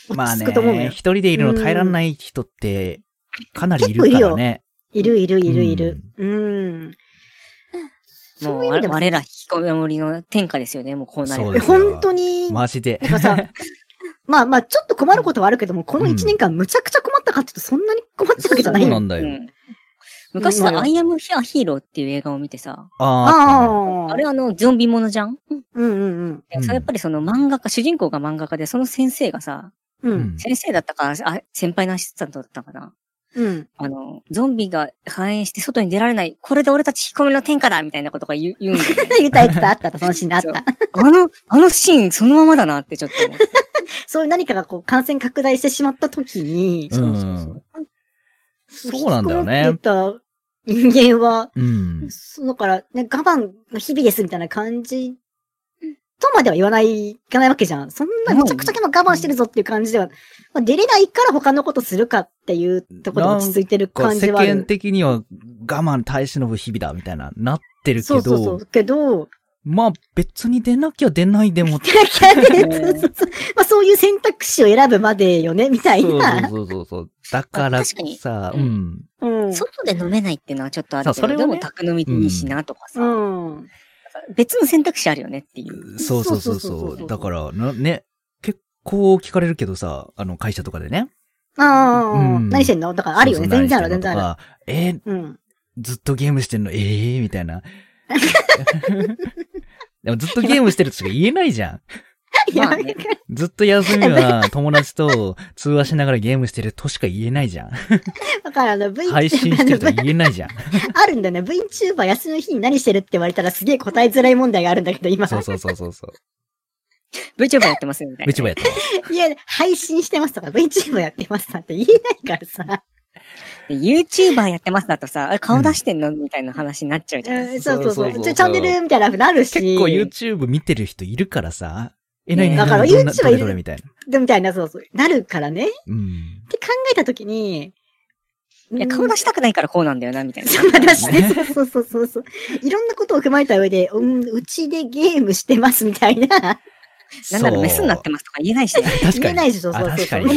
落まあち着くと思うのね、よ一。人でいるの耐えらんない人って、かなりいる結構かいるらよね。いるいるいるいる。うん。もそういうう意味で我、も我ら引きこもりの天下ですよね、もうこうなれそうでばえすよ本当に、マジでな。んかさ、まあまあ、ちょっと困ることはあるけども、この1年間むちゃくちゃ困ったかって言うと、そんなに困ったわけじゃないそうなよ。んだうよ。ん昔さ、うんアイアムヒアヒーローっていう映画を見てさ、あああ。あれあの、ゾンビものじゃん、うんうんうんそれやっぱりその漫画家、主人公が漫画家で、その先生がさ、うん。あっうたね。ん。先生だったか、あ先輩のアシスタントだったかな。うん。あの、ゾンビが反映して外に出られない、これで俺たち引き込みの天下だみたいなことが言う言うんだよね言った言った、あったあった、そのシーンであっそうた。あの、あのシーンそのままだなってちょっと思って。そういう何かがこう、感染拡大してしまった時に、うんそうそうそうそうなんだよね引き。こもってた人間は、うん。そうだから、ね、我慢の日々ですみたいな感じとまでは言わない、いかないわけじゃん。そんなめちゃくちゃ今我慢してるぞっていう感じでは、まあ、出れないから他のことするかっていうところで落ち着いてる感じ世はあ間る。的には我慢耐え忍ぶ日々だ、みたいな、なってるけそうそうそどう。、けど、 まあ別に出なきゃ出ないでも、キャキャでそうそうそうまあそういう選択肢を選ぶまでよね、みたいそうな。そうそうそう。だから確かにさ、うん。うん。外で飲めないっていうのはちょっとあるけそうそど、れはねでも宅飲みでいいしなとかさ、うん。別の選択肢あるよねっていう。そうそうそうそうそそ。うそうそううだから、なね、結構聞かれるけどさ、あの会社とかでね。ああ、うん何してんのだからあるよね。そうそう全然ある、全何してん然のあとかえーる。うん。ずっとゲームしてんの、ええみたい な。でもずっとゲームしてるとしか言えないじゃん。いやまあねずっと休みは友達と通話しながらゲームしてるとしか言えないじゃん。 だからあの V、配信してると言えないじゃん。あるんだよね。VTuber 休みの日に何してるって言われたらすげえ答えづらい問題があるんだけど、今。そうそうそうそうそう。 VTuber やってますよみたいな。 VTuber やってますいや、配信してますとか VTuber やってますなんて言えないからさ。で YouTuber やってますだとさ、あれ顔出してんのみたいな話になっちゃうじゃん。うんそうそそうそうそうう。そうちょチャンネルみたいなふうになるし。結構 YouTube 見てる人いるからさ、え、なにねなにだからどんな YouTube どれどれみたいな。で、みたいな、そうそう。なるからね。っうん。て考えたときに、いや、顔出したくないからこうなんだよな、みたいな。そうだしねね。そうそうそうそう。いろんなことを踏まえた上で、うん、うちでゲームしてますみたいな。なんならメスになってもますとか言えないしね。確言かえなに。いでしょ、そうあそう確そかうに。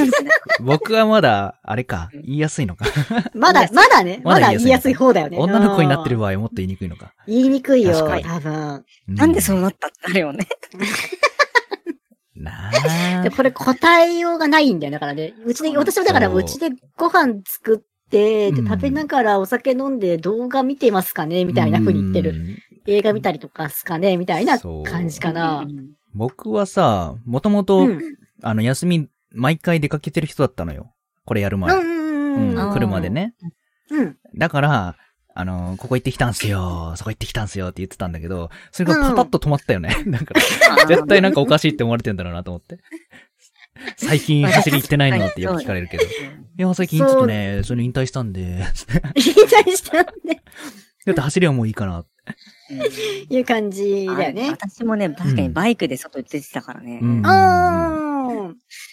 僕はまだ、あれか、言いやすいのか。まだ、まだね、ままだだ言言いいややすすいい方だよね。女の子になってるうん場合もっと言いにくいのか。言いにくいよ、確多かに分。うなんでそうなったってなるよね。なあで、これ答えようがないんだよ、だからね。うちで、私もだからそううちでご飯作って、でうん食べながらお酒飲んで動画見てますかねみたいな風に言ってる。る。映画見たりとかっすかねみたいなそう感じかなう。ん僕はさ、もともと、うん。あの、休み、毎回出かけてる人だったのよ。これやるうんう前。うん、うんんあー来るまでね。うん。だから、あの、ここ行ってきたんすよ、そこ行ってきたんすよって言ってたんだけど、それがパタッと止まったよ ね。だから、絶対なんかおかしいって思われてんだろうなと思って。最近走り行ってないのってよく聞かれる けど。いや、最近ちょっとね、それ引退したんで、言いたいしたってだって走りはもういいかな。うんいう感じだよあね。私もね、確かにバイクで外出てたからね。うん。あ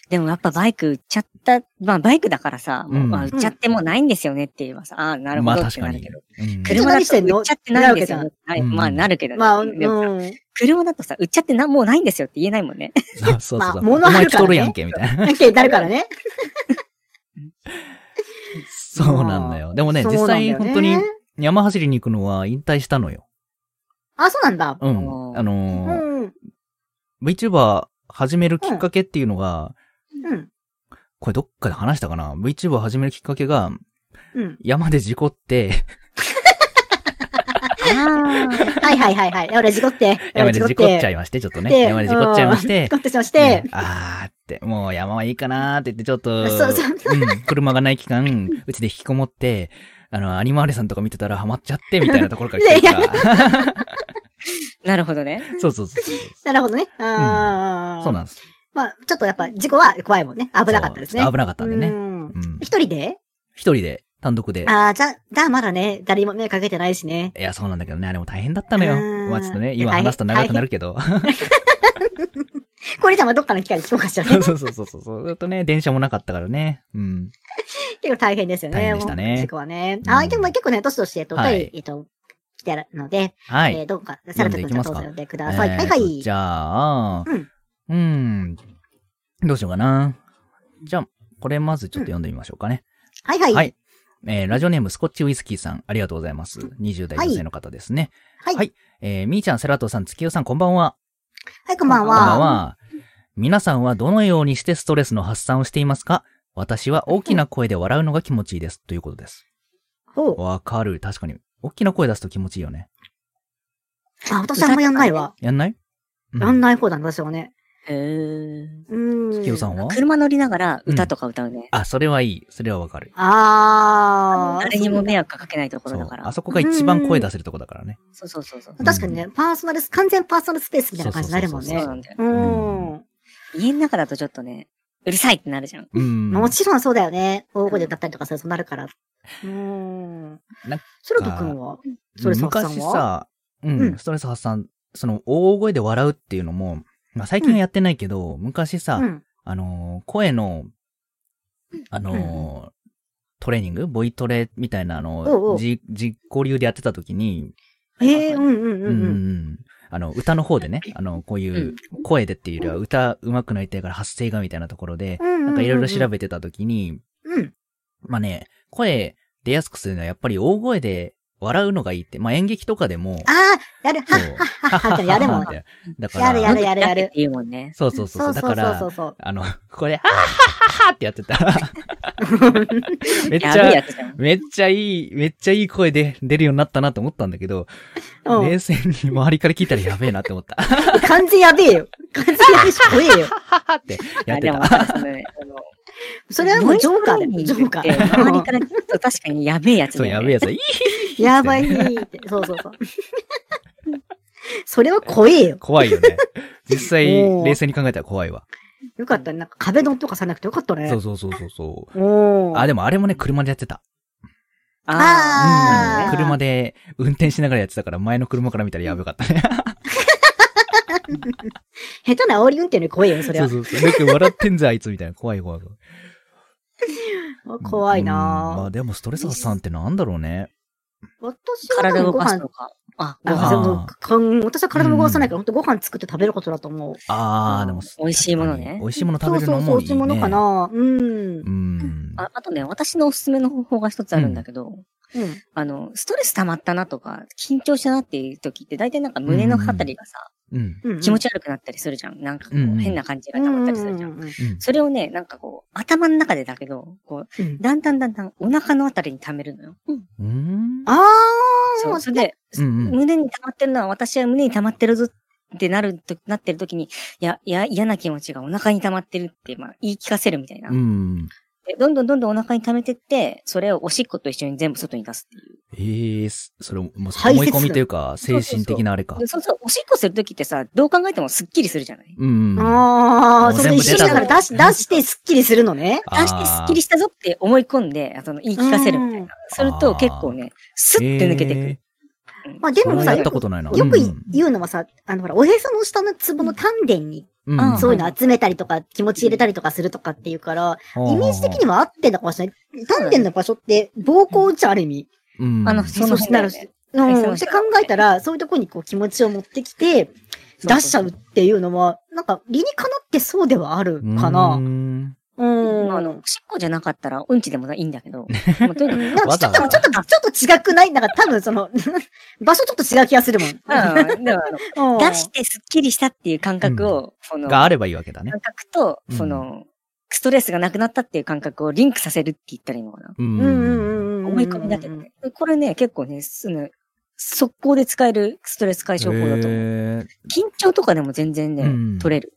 でもやっぱバイク売っちゃった、まあバイクだからさ、うんまあ売っちゃってもうないんですよねって言えばさ、ああ、なるまほあどっ確てかなるにけど。。うん車だと売っちゃってないんですよね。けじゃんはいまあなるけど、ねまあ、うでもさん。車だとさ、売っちゃってなもうないんですよって言えないも んね。そうそうまそあう。物あるおからね前来とるやんけ、みたい な。関係になるからね。そうなんだよ。でもね、そう実なんだよ際ね本当に山走りに行くのは引退したのよ。あ、そうなんだ。うん。あーあうのー、ん。うん。 VTuber 始めるきっかけっていうのが、うん。これどっかで話したかな ?VTuber 始めるきっかけが、うん。山で事故って、あはいはいはいはい。俺事故って。山俺で事故っ事故っちゃて。いまして、ちょっとでね。山で事故っちゃいまして事、故ってしましてう、んあーって、もう山はいいかなーって言って、ちょっと、そうそううん車がない期間、うちで引きこもって、あの、アニマーレさんとか見てたらハマっちゃって、みたいなところから来てるから。あ、なるほどね。 そうそうそうそう。なるほどね。あーそうなんです。まあ、ちょっとやっぱ事故は怖いもんね。危なかったですね。そう危なかったんでうね。んうん。一人で一人で、単独で。ああ、じゃ、だ、まだね、誰にも迷惑かけてないしね。いや、そうなんだけどね、あれも大変だったのよ。うんまあちょっとね、いや今大変話すと長くなるけど。これじゃまあどっかの機会に聞こうかしらね そ。うそうそうそうそう。ずっとね、電車もなかったからね。うん。結構大変ですよね。大変でしたねもう事故はね。うんはい、でも結構ね、どしどし、えっと、お便はりいえっと、来てるので、はえい。ーどうか、サラト君じゃどうぞ読読んんでください。えーはいはといじ。ゃあ、うんうん。どうしようかな。じゃあ、これまずちょっと読んでみましょうかね。はいはい。ははいい。えーラジオネームスコッチウイスキーさん、ありがとうございます。20代女性の方ですね。はいはい。えーみーちゃん、セラトさん、月夜さん、こんばんは。こんばんこんばんは。は。皆さんはどのようにしてストレスの発散をしていますか私は大きな声で笑うのが気持ちいいです。ということです。ほう。わかる。確かに。大きな声出すと気持ちいいよね。あ、私あんまやんないわ。やんないうんやんない方だね、私はね。へーうーん。月夜さんは車乗りながら歌とか歌うね。あ、それはいい。それはわかる。ああ。誰にも迷惑かけないとこそろだうか。らあ。そこが一番声出せるとこだからね。そうそうそうそう。ん確かにね、パーソナルス、完全パーソナルスペースみたいな感じになるもんそうそうねな。んだよ。ううんん。家の中だとちょっとね、うるさいってなるじゃん。うん。もちろんそうだよね。大声で歌ったりとかするとなるから。うーん。なんかそれとくんはそれさ発散は昔さ、うん、うんストレス発散、その、大声で笑うっていうのも、まあ、最近はやってないけど、昔さ、うん。あのー声の、あのートレーニングボイトレみたいなあのおうおうじ、実行流でやってた時に、ええうんううんうんんうんうん。うんあの、歌の方でね、あの、こういう声でっていうよりは歌上手くなりたいから発声がみたいなところで、うん。なんかいろいろ調べ。べてた時に、うん。まあね、声出やすくするのはやっぱり大声で笑うのがいいって、まあ演劇とかでも、ああ、やる、そうはっはっはっはってやるもん。。だから、やるやるやるやだってっるて。言うもんね。そうそう そうそそうう。だかそうそうらそ、うそう。あの、これ、あはははってやってた ら、めっちやるゃ、やつじゃん。めっちゃいい、めっちゃいい声で出るようになったなと思ったんだけど、 うん冷静に周りから聞いたらやべえなって思った。は完全やべえよ。完全やべえし、怖え よ。ははってやってあ でもた。わかるそのねあのそれはもうジョーカーだよ、ジョーカノイズトレーニングって周りー。から聞くと確かにやべえやつそう、だよやべえやねつだ。いいやばいって。そうそう そう。それは怖えよ。怖いよね。実際、 おー冷静に考えたら怖いわ。よかったね。なんか壁ドンとかされなくてよかったね。そうそうそうそうそう。おーあ、でもあれもね、車でやってた。あーうん車で運転しながらやってたから、前の車から見たらやばかったね。下手な煽り運転より怖い よね、それそうは。そうそう。なんか笑ってんぜ、あいつみたいな。怖い怖い怖い。怖いうんまなあでも、ストレス発散ってなんだろうね。ぁ。私は体多分動ごかす飯と、か。あ、ごああー飯。そうかん私は体も動かさないから、ほんとご飯作って食べることだと思う。あー、でも、美味しいものね美味しいもの食べるのそうそうそう、も美いい、ね。味しいものかなうん。うん。ああとね、私のおすすめの方法が一つあるんだけど、うん。あの、ストレス溜まったなとか、緊張したなっていう時って、大体なんか胸のあたりがさ、うん。うん。気持ち悪くなったりするじゃん。なんかこう、うん変な感じがうん溜うんまうったんりするじゃん。うんそれをね、なんかこう、頭の中でだけど、こう、うん。だんだんだんだんお腹のあたりに溜めるのよ。うん。うん。あそーう、それで、うんうん胸に溜まってるのは、私は胸に溜まってるぞってなると、なってる時に、いや、いや、嫌な気持ちがお腹に溜まってるって、まあ、言い聞かせるみたいな。うん。でどんどんどんどんお腹に溜めてって、それをおしっこと一緒に全部外に出すっていえう。えすそれ、もう思排泄い込みというか、精神的なあれか。でそうそう、おしっこするときってさ、どう考えてもスッキリするじゃないうん。あもー、うそれ全部一出緒ただぞから出し、出してスッキリするのね。あー出してスッキリしたぞって思い込んで、その言い聞かせるみたいな。するとあー結構ね、スッて抜けてくる。うんまあでえーもそれさはやったことないな。よくういん言うのはさ、あの、ほら、おへその下のツボの丹田に、うんあーそういうの集めたりとか、気持ち入れたりとかするとかっていうから、イメージ的には合ってんだかもしれない。丹田の場所って、膀胱じゃある意味。うんあの、その辺だよねうへそのん。って下考えたら、そういうとこにこう気持ちを持ってきて、そうそう出しちゃうっていうのは、なんか理にかなってそうではあるかうな。んうん。まあああの、のお、しっこじゃなかったら、うんちでもいいんだけど。まあとにかくわざわでもちょっざ。と、ちょっと違くないなんか多分その、 場所ちょっと違う気がするもん。 うんでもあのうん出してスッキリしたっていう感覚を、その、が感あればいいわけだね。覚とう、んその、ストレスがなくなったっていう感覚をリンクさせるって言ったらいいのかな。ううんんうんうんうん。思い込みだけどね。これね、結構ね、その、速攻で使えるストレス解消法だと思う。 へ緊張とかでも全然ね、うん取れる。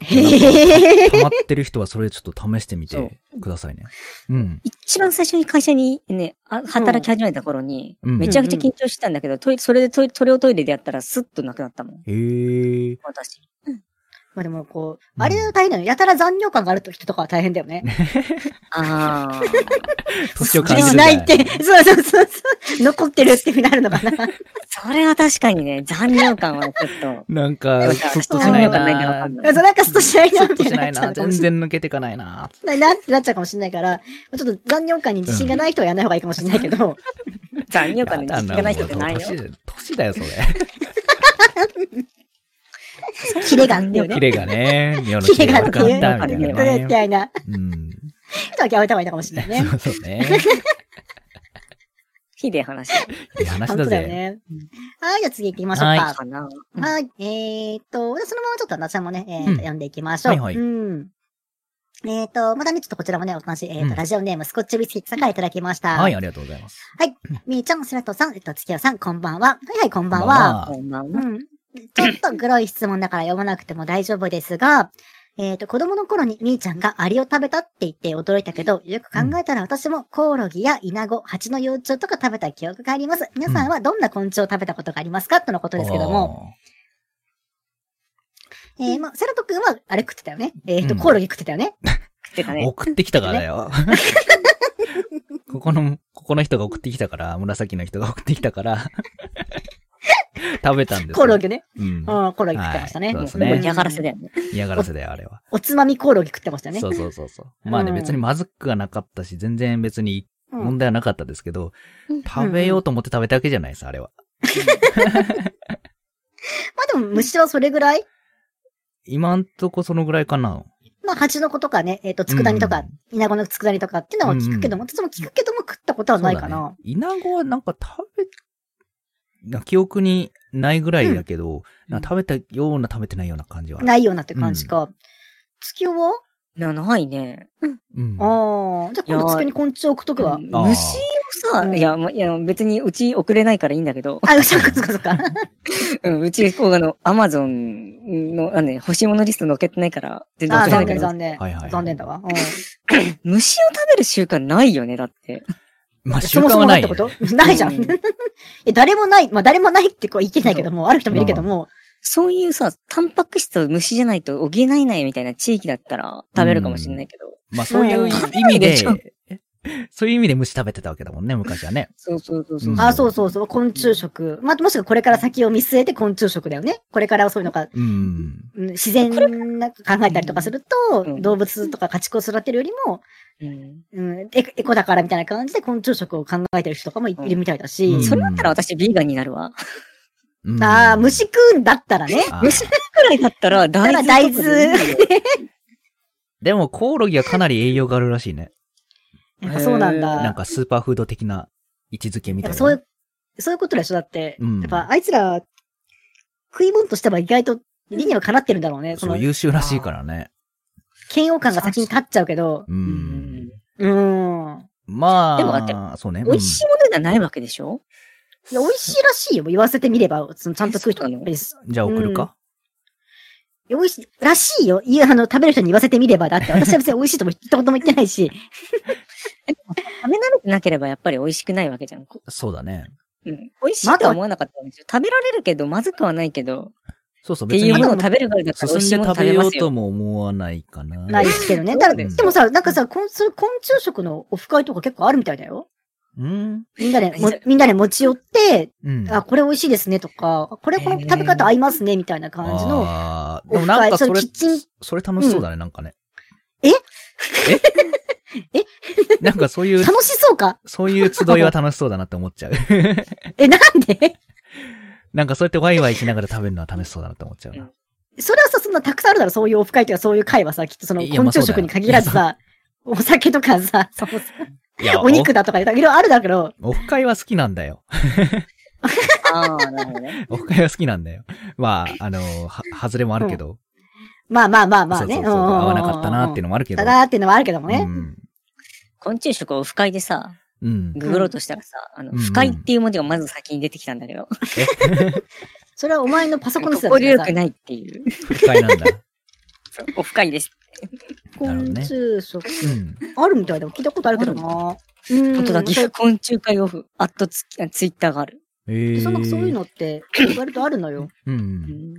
へええ。溜まってる人はそれちょっと試してみてくださいね。うん。一番最初に会社にね、あ働き始めた頃に、うんめちゃくちゃ緊張してたんだけど、トイレ、それでトイレ、それをトイレでやったらスッとなくなったもん。へえ。私。 まあでもこうんう、あれは大変だよ。やたら残尿感がある人とかは大変だよね。 ああ。年を感じるしぐらないって、そうそうそうそう。残ってるってなるのかな。それは確かにね、残尿感はちょっ と。なんか、スッとし残な尿い感ないからわなかんないそうなんかスッとしないな、みスッとたいしにななっいちゃな。うのか全もしれ然抜けてかないな。ない。なってなっちゃうかもしれないから、ちょっと残尿感に自信がない人はやらない方がいいかもしれないけど、残尿感でやだ聞かない人ってないよもう。年年だよ、それ。キレがあってよキね。レがね、妙なキレがなかったみたいそなれみね。たいなうん。人はやめた方がいいのかもしれない ね。そうそうね。ひでえ話いい話本だ当だよぜ。ねうん。はい、じゃあ次行ってみましょうはか。かな。うんはい。えーっと、そのままちょっと夏さんもね、えーっとうん読んでいきましょう。はいはいうん。えーっと、またね、ちょっとこちらもね、お話、えーっと、うんラジオネーム、スコッチビスキットさんからいただきました。はい、。ありがとうございます。みーちゃん、セラトさん、えっと、月夜さん、こんばんは。はいはい、こんばんこんばんは。はこんばんうはん。ちょっとグロい質問だから読まなくても大丈夫ですが、えっ、と、子供の頃にみーちゃんがアリを食べたって言って驚いたけど、よく考えたら私もコオロギやイナゴ、ハチの幼虫とか食べた記憶があります。皆さんはどんな昆虫を食べたことがありますかとのことですけども、えー、まあ、セラト君はあれ食ってたよね。えっ、と、うんコオロギ食ってたよね。ってかあー。ね。送ってきたからだよ。 ここの、ここの人が送ってきたから、紫の人が送ってきたから、食べたんですよコオロギね。うん。うん、コオロギ食ってましたね。はいそうですもねううん嫌がらせだよね。嫌がらせだよ、あれは。おつまみコオロギ食ってましたよね。そうそうそうそう。まあね、うん別にまずくはなかったし、全然別にうん問題はなかったですけど、うん食べようと思って食べたわけじゃないです、あれは。まあでも虫はそれぐらい今んとこそのぐらいかな。まあ、蜂の子とかね、えっ、と、佃煮とか、イナゴの佃煮とかっていうのは聞くけども、私も聞くけども食ったことはないかそうだなね。イナゴはなんか食べ、な記憶にないぐらいだけど、なんか食べたような食べてないような感じはある。ないようなって感じか。月夜はなないね。うん。ああ、じゃあ今い度月や夜に昆虫を送っとくわう。んあー虫をさ、うんいや、まいや別にうち送れないからいいんだけど、 あ、そっかそっかそ っか。 うんうち、こうあの、アマゾンの、あのね、欲しいものリスト載っけてないから、全然あ送ーれな残いんだ念残念けど、はいはい。残念だわ。うん虫を食べる習慣ないよね、だって。まあ、習そも慣そはもなないいっよてね。ことないじゃん。 うんいや誰もない、まあ誰もないってこう言ってないけども、ある人もいるけども、そういうさ、タンパク質を虫じゃないと補えないみたいな地域だったら食べるかもしれないけど、まあ、そういう意味うんで食、えそういう意味で虫食べてたわけだもんね、昔はね。そうそうそうそう。んあ、そうそうそう。昆虫食。まあ、もしくはこれから先を見据えて昆虫食だよね。これからはそういうのが、うん。うん自然な考えたりとかすると、うん動物とか家畜を育てるよりも、うんうん、エコエコだからみたいな感じで昆虫食を考えてる人とかもいうんいるみたいだし。うんそれだったら私ビーガンになるわ。うんああ、。虫食うんだったらね。あー虫くらいだったら大豆。大豆。でも、コオロギはかなり栄養があるらしいね。やっぱそうなんなんだ。かスーパーフード的な位置づけみやたっいぱな。そういう、そういうことでしょ。だって、うんやっぱあいつら、食い物としては意外と理にはかなってるんだろうね。そそうの、優秀らしいからね。嫌悪感が先に立っちゃうけど、ううんん。。うーん。まあ、でもだそうね。美味しいものではないわけでしょいや美味しいらしいよ。言わせてみれば、そのちゃんと食う人がやっぱりす。うんじゃあ送るか、美味しい、らしいよ。いや、あの、食べる人に言わせてみれば、だって私は別に美味しいとも言ったことも言ってないし。食べ慣れてなければやっぱり美味しくないわけじゃん。こそうだね。うん、美味しいとは思わなかったんですよ。食べられるけど、まずくはないけど、そうそう、って別いにうものを食べるからだから進んで美味しいもの食食べべよまうすとよ。も思わないかな。ないですけどね。そうだですよでもさ、なんかさ、昆虫、昆虫食のオフ会とか結構あるみたいだよ。うん。みんなで、もみんなで持ち寄って、うん。あ、これ美味しいですねとか、あこれこのへー食べ方合いますね、みたいな感じの。あーオでもフな会んかそのれキッ、チン、それ楽しそうだね、なんかね。え えなんかそういう、楽しそうかそういう集いは楽しそうだなって思っちゃう。 え、なんで なんかそうやってワイワイしながら食べるのは楽しそうだなって思っちゃうな。それはさ、そんなたくさんあるだろ、そういうオフ会とかそういう会はさ、きっとそのいやま昆あそう虫だよ食に限らずさ、お酒とかさ、そうそういや、 お肉だとかいろいろあるだけど、オフ会は好きなんだよ。 ああ、なるほどね。オフ会は好きなんだよ。まあ、あの、は、外れもあるけど。まあまあまあまあね。そうそうそう合わなかったなっていうののもあるけど。だなっていうのはあるけどもうね。ん。昆虫食を不快でさ、うん。ググろうとしたらさ、あの、うん不快っていう文字がまず先に出てきたんだけど、それはお前のパソコンのせい心だよかくらさ。ないっていう。不快 なんだ。お不快です。なる昆ほどね虫食。うん。あるみたいだよ。聞いたことあるけどな。うん。ことだ、岐そ阜う昆虫会オフ、アットツツイッターがある。えー。そんなそういうのって、意外とあるのよ。う。うんん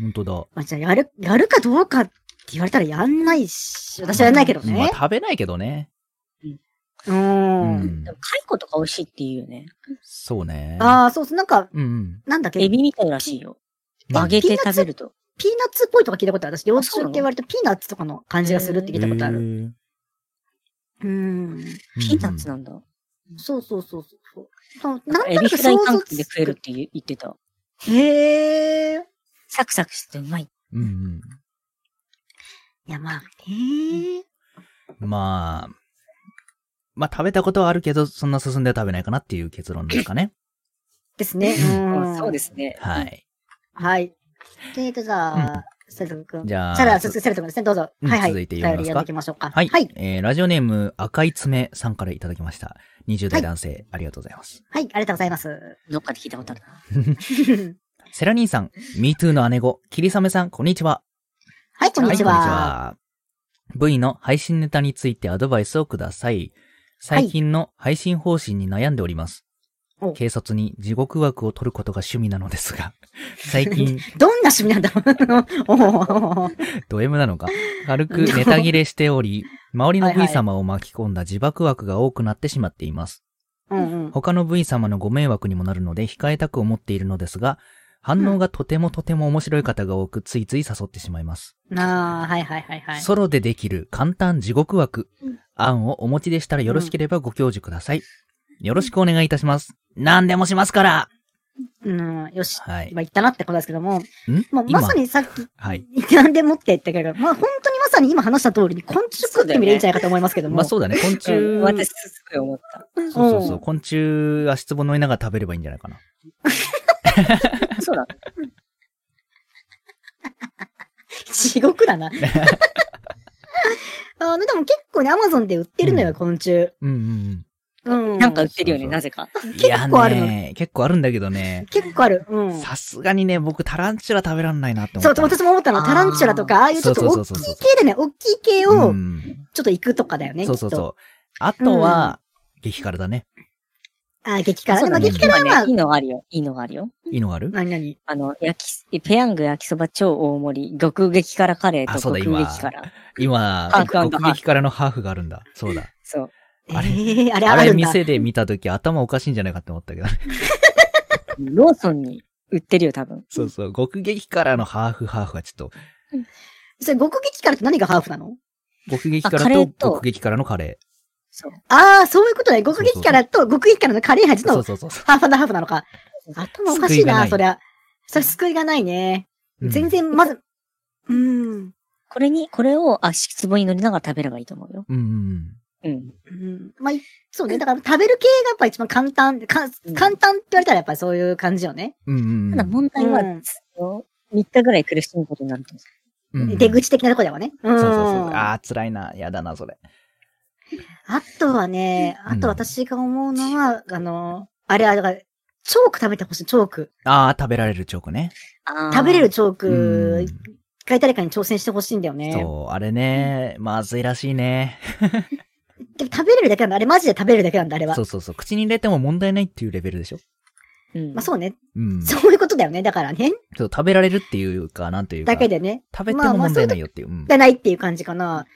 本当だ。まあ、じゃあやる、やるかどうかって言われたらやんないし、私はやんないけどまあね。食べないけどね。う。うんんで。も、蚕とか美味しいって言うよね。そうね。ああ、そうそう、なんか、うんうん。なんだっけ、エビみたいらしいよ。うん揚げて食べると。ピーナッツっぽいとか聞いたことある。私、幼あそ虫っうなのて言われてピーナッツとかの感じがするって聞いたことあへる。ーうん。ピーナッツなんだ。そうそうそうそう。そうなんとエビなくフライ想感像覚でつ食えるっく。て言う言ってた。へえ。サクサクしてうまい。うんうん。いや、まあ、へえ。まあ、まあ食べたことはあるけど、そんな進んでは食べないかなっていう結論ですかね。ですね。うんんそうですね。は。い。はい。でえっと、じゃうんあ、セルト君。じゃあセルト君、セルト君ですね。どうぞ。うんはいはい。続いて読みますかお便り読んでいきましょうか。はい。はい。えーラジオネーム、赤い爪さんからいただきました。20代男性、ありがとうございます。はいありがとうございます。どっかで聞いたことあるな。セラニーさん、MeToo の姉子、キリサメさん、こんにちは。はい、こんにちは。はいこんにちは V の配信ネタについてアドバイスをください。最近の配信方針に悩んでおります。お軽率に地獄枠を取ることが趣味なのです が、最近どんな趣味なんだろう おード M なのか、軽 くネタ切れしており、周りの V 様を巻き込んだ自爆枠が多くなってしまっています。うんうん。他の V 様のご迷惑にもなるので控えたく思っているのですが、反応がとてもとても面白い方が多く、ついつい誘ってしまいます。ああ、はいはいはいはい。ソロでできる簡単地獄枠うん。案をお持ちでしたらよろしければご教授ください。よろしくお願いいたします。何でもしますからうん、よし。はい。今言ったなってことですけども、んもうまさにさっはい。き、何でもって言ったけど、まあ本当にまさに今話した通りに昆虫食ってみればいいんじゃないかと思いますけども。まあそうだね、昆虫。うん、私、すごい思った。そうそうそうう。昆虫、足つぼ乗りながら食べればいいんじゃないかな。そうだ。地獄 だな。あの、でも結構ね、アマゾンで売ってるのうんよ、昆虫。うんうんうん。なんか売ってるよね、そうそうなぜか。うん。い結や構あるのね、結構あるんだけどね。結構ある。うん。さすがにね、僕タランチュラ食べらんないなって思そっう、た。私も思ったの。あータランチュラとか、ああいうちょっとそうそうそ大きうそうい系でね、大きい系をうんちょっと行くとかだよね。そうそうきっとそう。あとは、激辛だね。あー、激辛。でもね激辛はま今あね、いい、のあるよ。いいのがあるよ。いいのがある何何あの、焼き、ペヤング焼きそば超大盛り、極激辛カレーあとそうだ極今激辛。今ハー、フ極激辛のハーフがあるんだ。そうだ。そう。あれええあれああれるんだ。店で見たとき頭おかしいんじゃないかって思ったけどね。ローソンに売ってるよ、多分。そうそう。極撃からのハーフハーフはちょっと、それ、極撃からって何がハーフなの極撃かあカレらーとと極撃からのカレそう。ああ、そういうことね。極撃からと、極撃からのカレー味ー。そうのそうそうそハーフハーフなのか。頭おかし救いいがなな、いそりゃ。それ救いがないね。う。うん全。然、まず、うーん。これに、これを足つぼに乗りながら食べればいいと思うよ。うんうんうん。うんまあ、いそうね。だから食べる系がやっぱ一番簡単、かうん簡単って言われたらやっぱそういう感じよね。うん。うんうんうん。ただ問題は、うん3日ぐらい苦しむことになると思うん出。口的なとこではね。うそんうそうそう。ああ、辛いな。やだな、それ。あとはね、うんあと私が思うのは、あの、あれは、だから、チョーク食べてほしい、チョーク。ああ、食べられるチョークね。う。食べれるチョーうクん、一回誰かに挑戦してほしいんだよね。そう、あれね、まずいらしいね。でも食べれるだけなんだ。あれマジで食べれるだけなんだ、あれはそう。そうそう。口に入れても問題ないっていうレベルでしょ。うん。まあそうね。うん。ちょっそういうことだよね。だからね。と食べられるっていうか、なんというか。だけでね。食べてまあもまあ問題ないよっていう。うんじゃないっていう感じかな。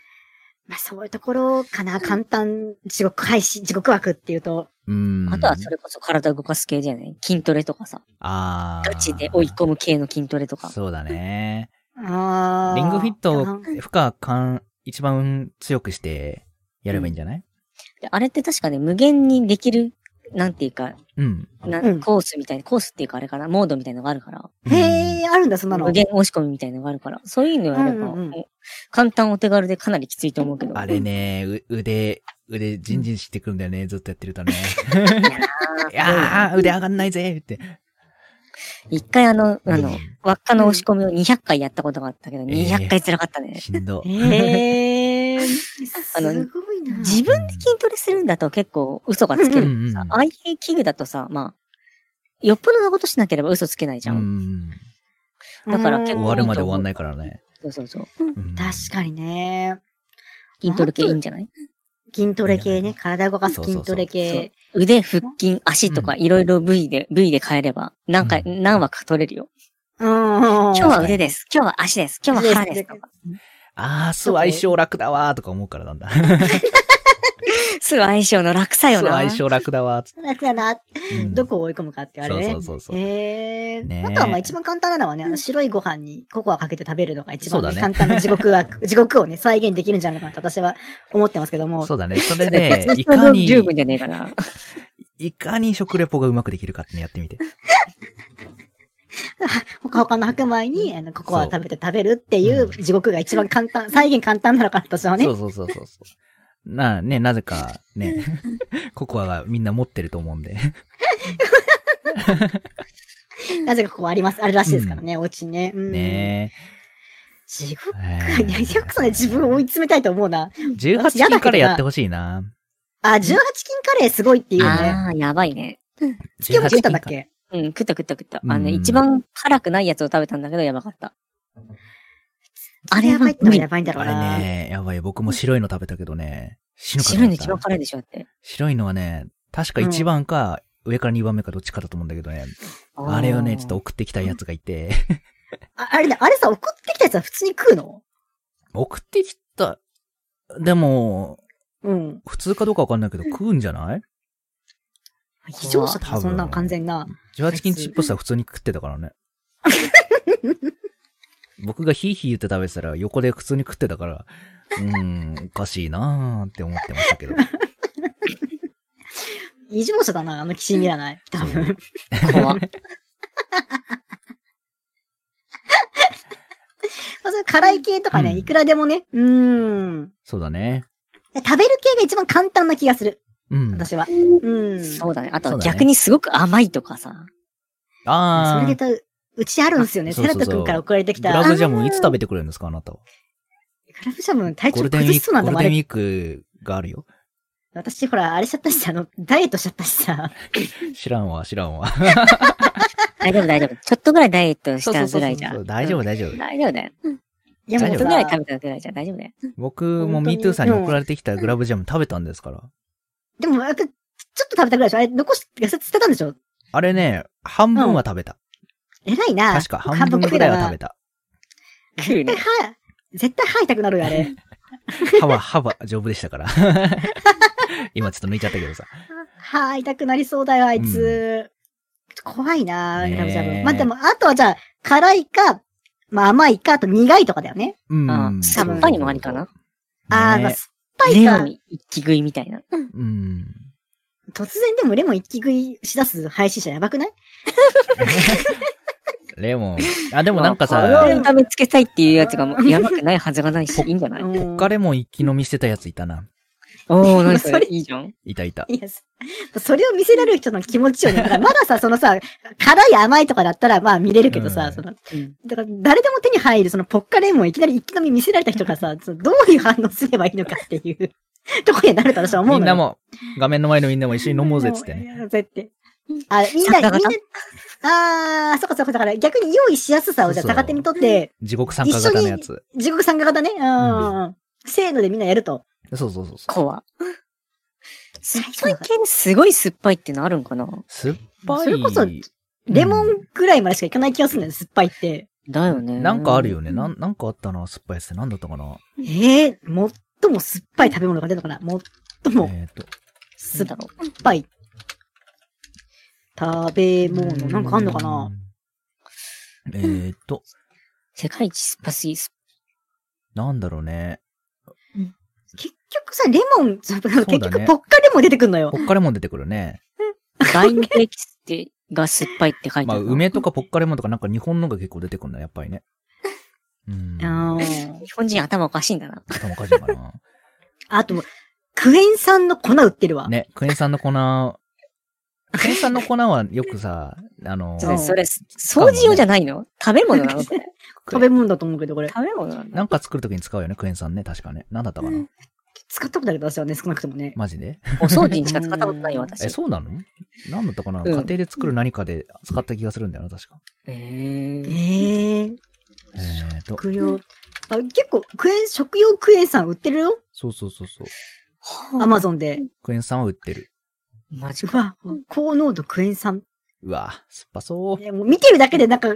まあそういうところかな。簡単、地獄配信、地獄枠っていうと。うん。あとはそれこそ体動かす系じゃない筋トレとかさ。ああ。ガチで追い込む系の筋トレとか。そうだね。あーリングフィットをあー負荷感、一番強くしてやればいいんじゃないであれって確かね、無限にできる、なんていうか、うん。なうんコースみたいな、コースっていうかあれかな、モードみたいのがあるから、え。へえ、あるんだ、そんなの。無限押し込みみたいのがあるから、そういうのやれば、うんうんうんもう簡単お手軽でかなりきついと思うけど。あれね、う腕、腕、ジンジンしてくるんだよね、ずっとやってるとね。 いやー、腕上がんないぜって。 一回あの、あのうん、輪っかの押し込みを200回やったことがあったけど、ええ200回辛かったね。しんど。へえ。あのすごいな。 自分で筋トレするんだと結構嘘がつけうる。んうん。ああいう器具だとさ、まあ、よっぽどのことしなければ嘘つけないじゃ。うんんだから結終構わるまで終わんないからね。そうそうそう。うん確かにね。筋トレ系いいんじゃない筋トレ系ね。体動かす筋トレそう系。腕、腹筋、足とかいろいろ部位で、部位で変えれば、何回、うん何枠か取れるよ。うん。今今日は腕です。今日は足です。今日は腹です。とか。あー、酢相性楽だわーとか思うからなんだ。すぐ相性の楽 さ酢よな。相性楽だわーっつっ楽だな。てうんどこを追い込むかってあれそね。うそうそうそうへえ。ねえあとはまあ一番簡単なのはね、あの白いご飯にココアかけて食べるのが一番ね、そうだね簡単な地獄は、 地獄をね、再現できるんじゃないかなと私は思ってますけども。そうだね。それで、いそれかでに、十分じゃねえかな。いかに食レポがうまくできるかってねやってみて。ほかほかの白米にあのココアそう食べて食べるっていうう地獄が一番簡単、再現簡単なのかなと私はねそ。うそうそうそうそう。な、ね、なぜか、 ね、ココアがみんな持ってると思うんで。なぜかここあります、あるらしいですからね、お家にね。うん、ね地獄え。 いや、よくそね、自分を追い詰めたいと思うな。 18金からやってほしいな。あ、18金カレーすごいっていうね。ああ、やばいね。月曜日食ったん18金かだっけうん、食った食った食った。あのね、うん一番辛くないやつを食べたんだけど、やばかった。あれややばばいいっ。てのはやばいんだろうな。あれね、やばい。僕も白いの食べたけどね。死ぬかと白い思のっ一番た辛いでしょ、だって。白いのはね、確か1番か、上から2番目かどっちかだと思うんだけどね。あれをね、ちょっと送ってきたやつがいて。 ああれね、あれさ、送ってきたやつは普通に食うの送ってきた、でも、うん。普通かどうかわかんないけど、食うんじゃない非常食多だ、分そんな完全な。 ?18 金チップスは普通に食ってたからね。僕がヒーヒー言って食べてたら横で普通に食ってたから、うーん、おかしいなーって思ってましたけど。異常者だな、あの岸見らない。多分。 と怖っ。まあ、それ辛い系とかうね、んいくらでもね。うーん。そうだね。食べる系が一番簡単な気がする。うん。私は。うん。そそうだね。あとそはうだね逆にすごく甘いとか さ。あれでー。言うと、うちあるんですよね。あそセうそうラそうト君から送られてきグた。ラブジャあムーいつ食べてくれるんですかあなたは。グラブジャム体ゴー調ルデンウィ崩しーそク、うなゴんールだもん、あデンウれ。ィークがあるよ。私、ほら、あれしちゃったしさ、あの、ダイエットしちゃったしさ。知らんわ、知らんわ。大丈夫大丈夫。ちょっとぐらいダイエットしたぐらいじゃ。そうそうそうそうん大丈夫、うん大丈夫。大丈夫だよ。いや、ちもょう大っ丈さとぐらい食べたぐらいじゃん大丈夫だよ。僕も本当に MeToo さんに送られてきたグラブジャム食べたんですから。でも、あとちょっと食べたぐらいでしょあれ、残し、痩せ捨てたんでしょあれね、半分は食べた。偉いな。確か、半分ぐらいは食べた。食うね絶対。歯、絶対歯痛くなるよ、あれ。歯は、歯は丈夫でしたから。 今ちょっと抜いちゃったけどさ。はーい、痛くなりそうだよ、あいつ。ちょっと怖いなねぁ、えラブジャブ。まあ、でも、あとはじゃあ、辛いか、まあ、甘いか、あと苦いとかだよね。うん。あー酸っぱいのもありかなねあー、まあ、酸っぱいレかモ。ン一気食いみたいな。うん。突然でもレモン一気食いしだす配信者やばくないレモン。あ、でもなんかまあこれさ、を痛めつけたいっていうやつがもうやばくないはずがないし、いいんじゃないうんポッカレモン一気飲みしてたやついたな。おー、なんそかれいいじゃん。いたいた。いや、そそれを見せられる人の気持ちよね。だからまださ、そのさ、辛い甘いとかだったら、まあ見れるけどさ、うんその、うんだから誰でも手に入る、そのポッカレモンをいきなり一気飲み見せられた人がさ、そのどういう反応すればいいのかっていうとこになると私は思みうんのなよ。も、画面の前のみんなも一緒に飲もうぜっつってね。ね。絶対。あ、みんな、みん参な加型、あー、そっかそっか、だから逆に用意しやすさをじゃあそうそう逆手にとって、地獄参加型のやつ。地獄参加型ね、うん。せーのでみんなやると。そうそうそうそう。怖。酸っぱい系ですごい酸っぱいってのあるんかな酸っぱい。それこそレモンぐらいまでしかいかない気がするんだよね、酸っぱいって。だようね。んなんかあるよね。ね。なん、なんかあったな、酸っぱいやつって。なんだったかな。ええー、最も酸っぱい食べ物が出るのかな最もえっと。酸っぱい食べ物、なんかあんのかなうんえっと、世界一酸っぱすぎす。なんだろうね。結局さ、レモン、結局そうだねポッカレモン出てくん のよポ。ッカレモン出てくるね。ライムエキスって、が酸っぱいって書いてまああ、るな。梅とかポッカレモンとかなんか日本のが結構出てくるんだ、やっぱりね。うん。あ頭ー日本人頭おかしいんだな。おかしいかな。あと、クエン酸の粉売って るわ。ね、クエン酸の粉、クエン酸の粉はよくさ、あの、それ、それう掃除用じゃないの食べ物 なのこれ食べ物だと思うけど、これ。食べ物なのなんか作るときに使うよね、クエン酸ね、確かね。なんだったかな使ったことあるけど、私はね、少なくともね。マジでお掃除にしか使ったことないよ、うんえ、私。そうなのなんだったかな、ん家庭で作る何かで使った気がするんだよな、確か。ええーえー、えーと、食用。あ結構、クエン、食用クエン酸売ってるよ。そうそうそうそう。アマゾンで。クエン酸は売ってる。マジうか。わ、高濃度クエン酸。うわ、酸っぱそう。ねもう見てるだけでなんか、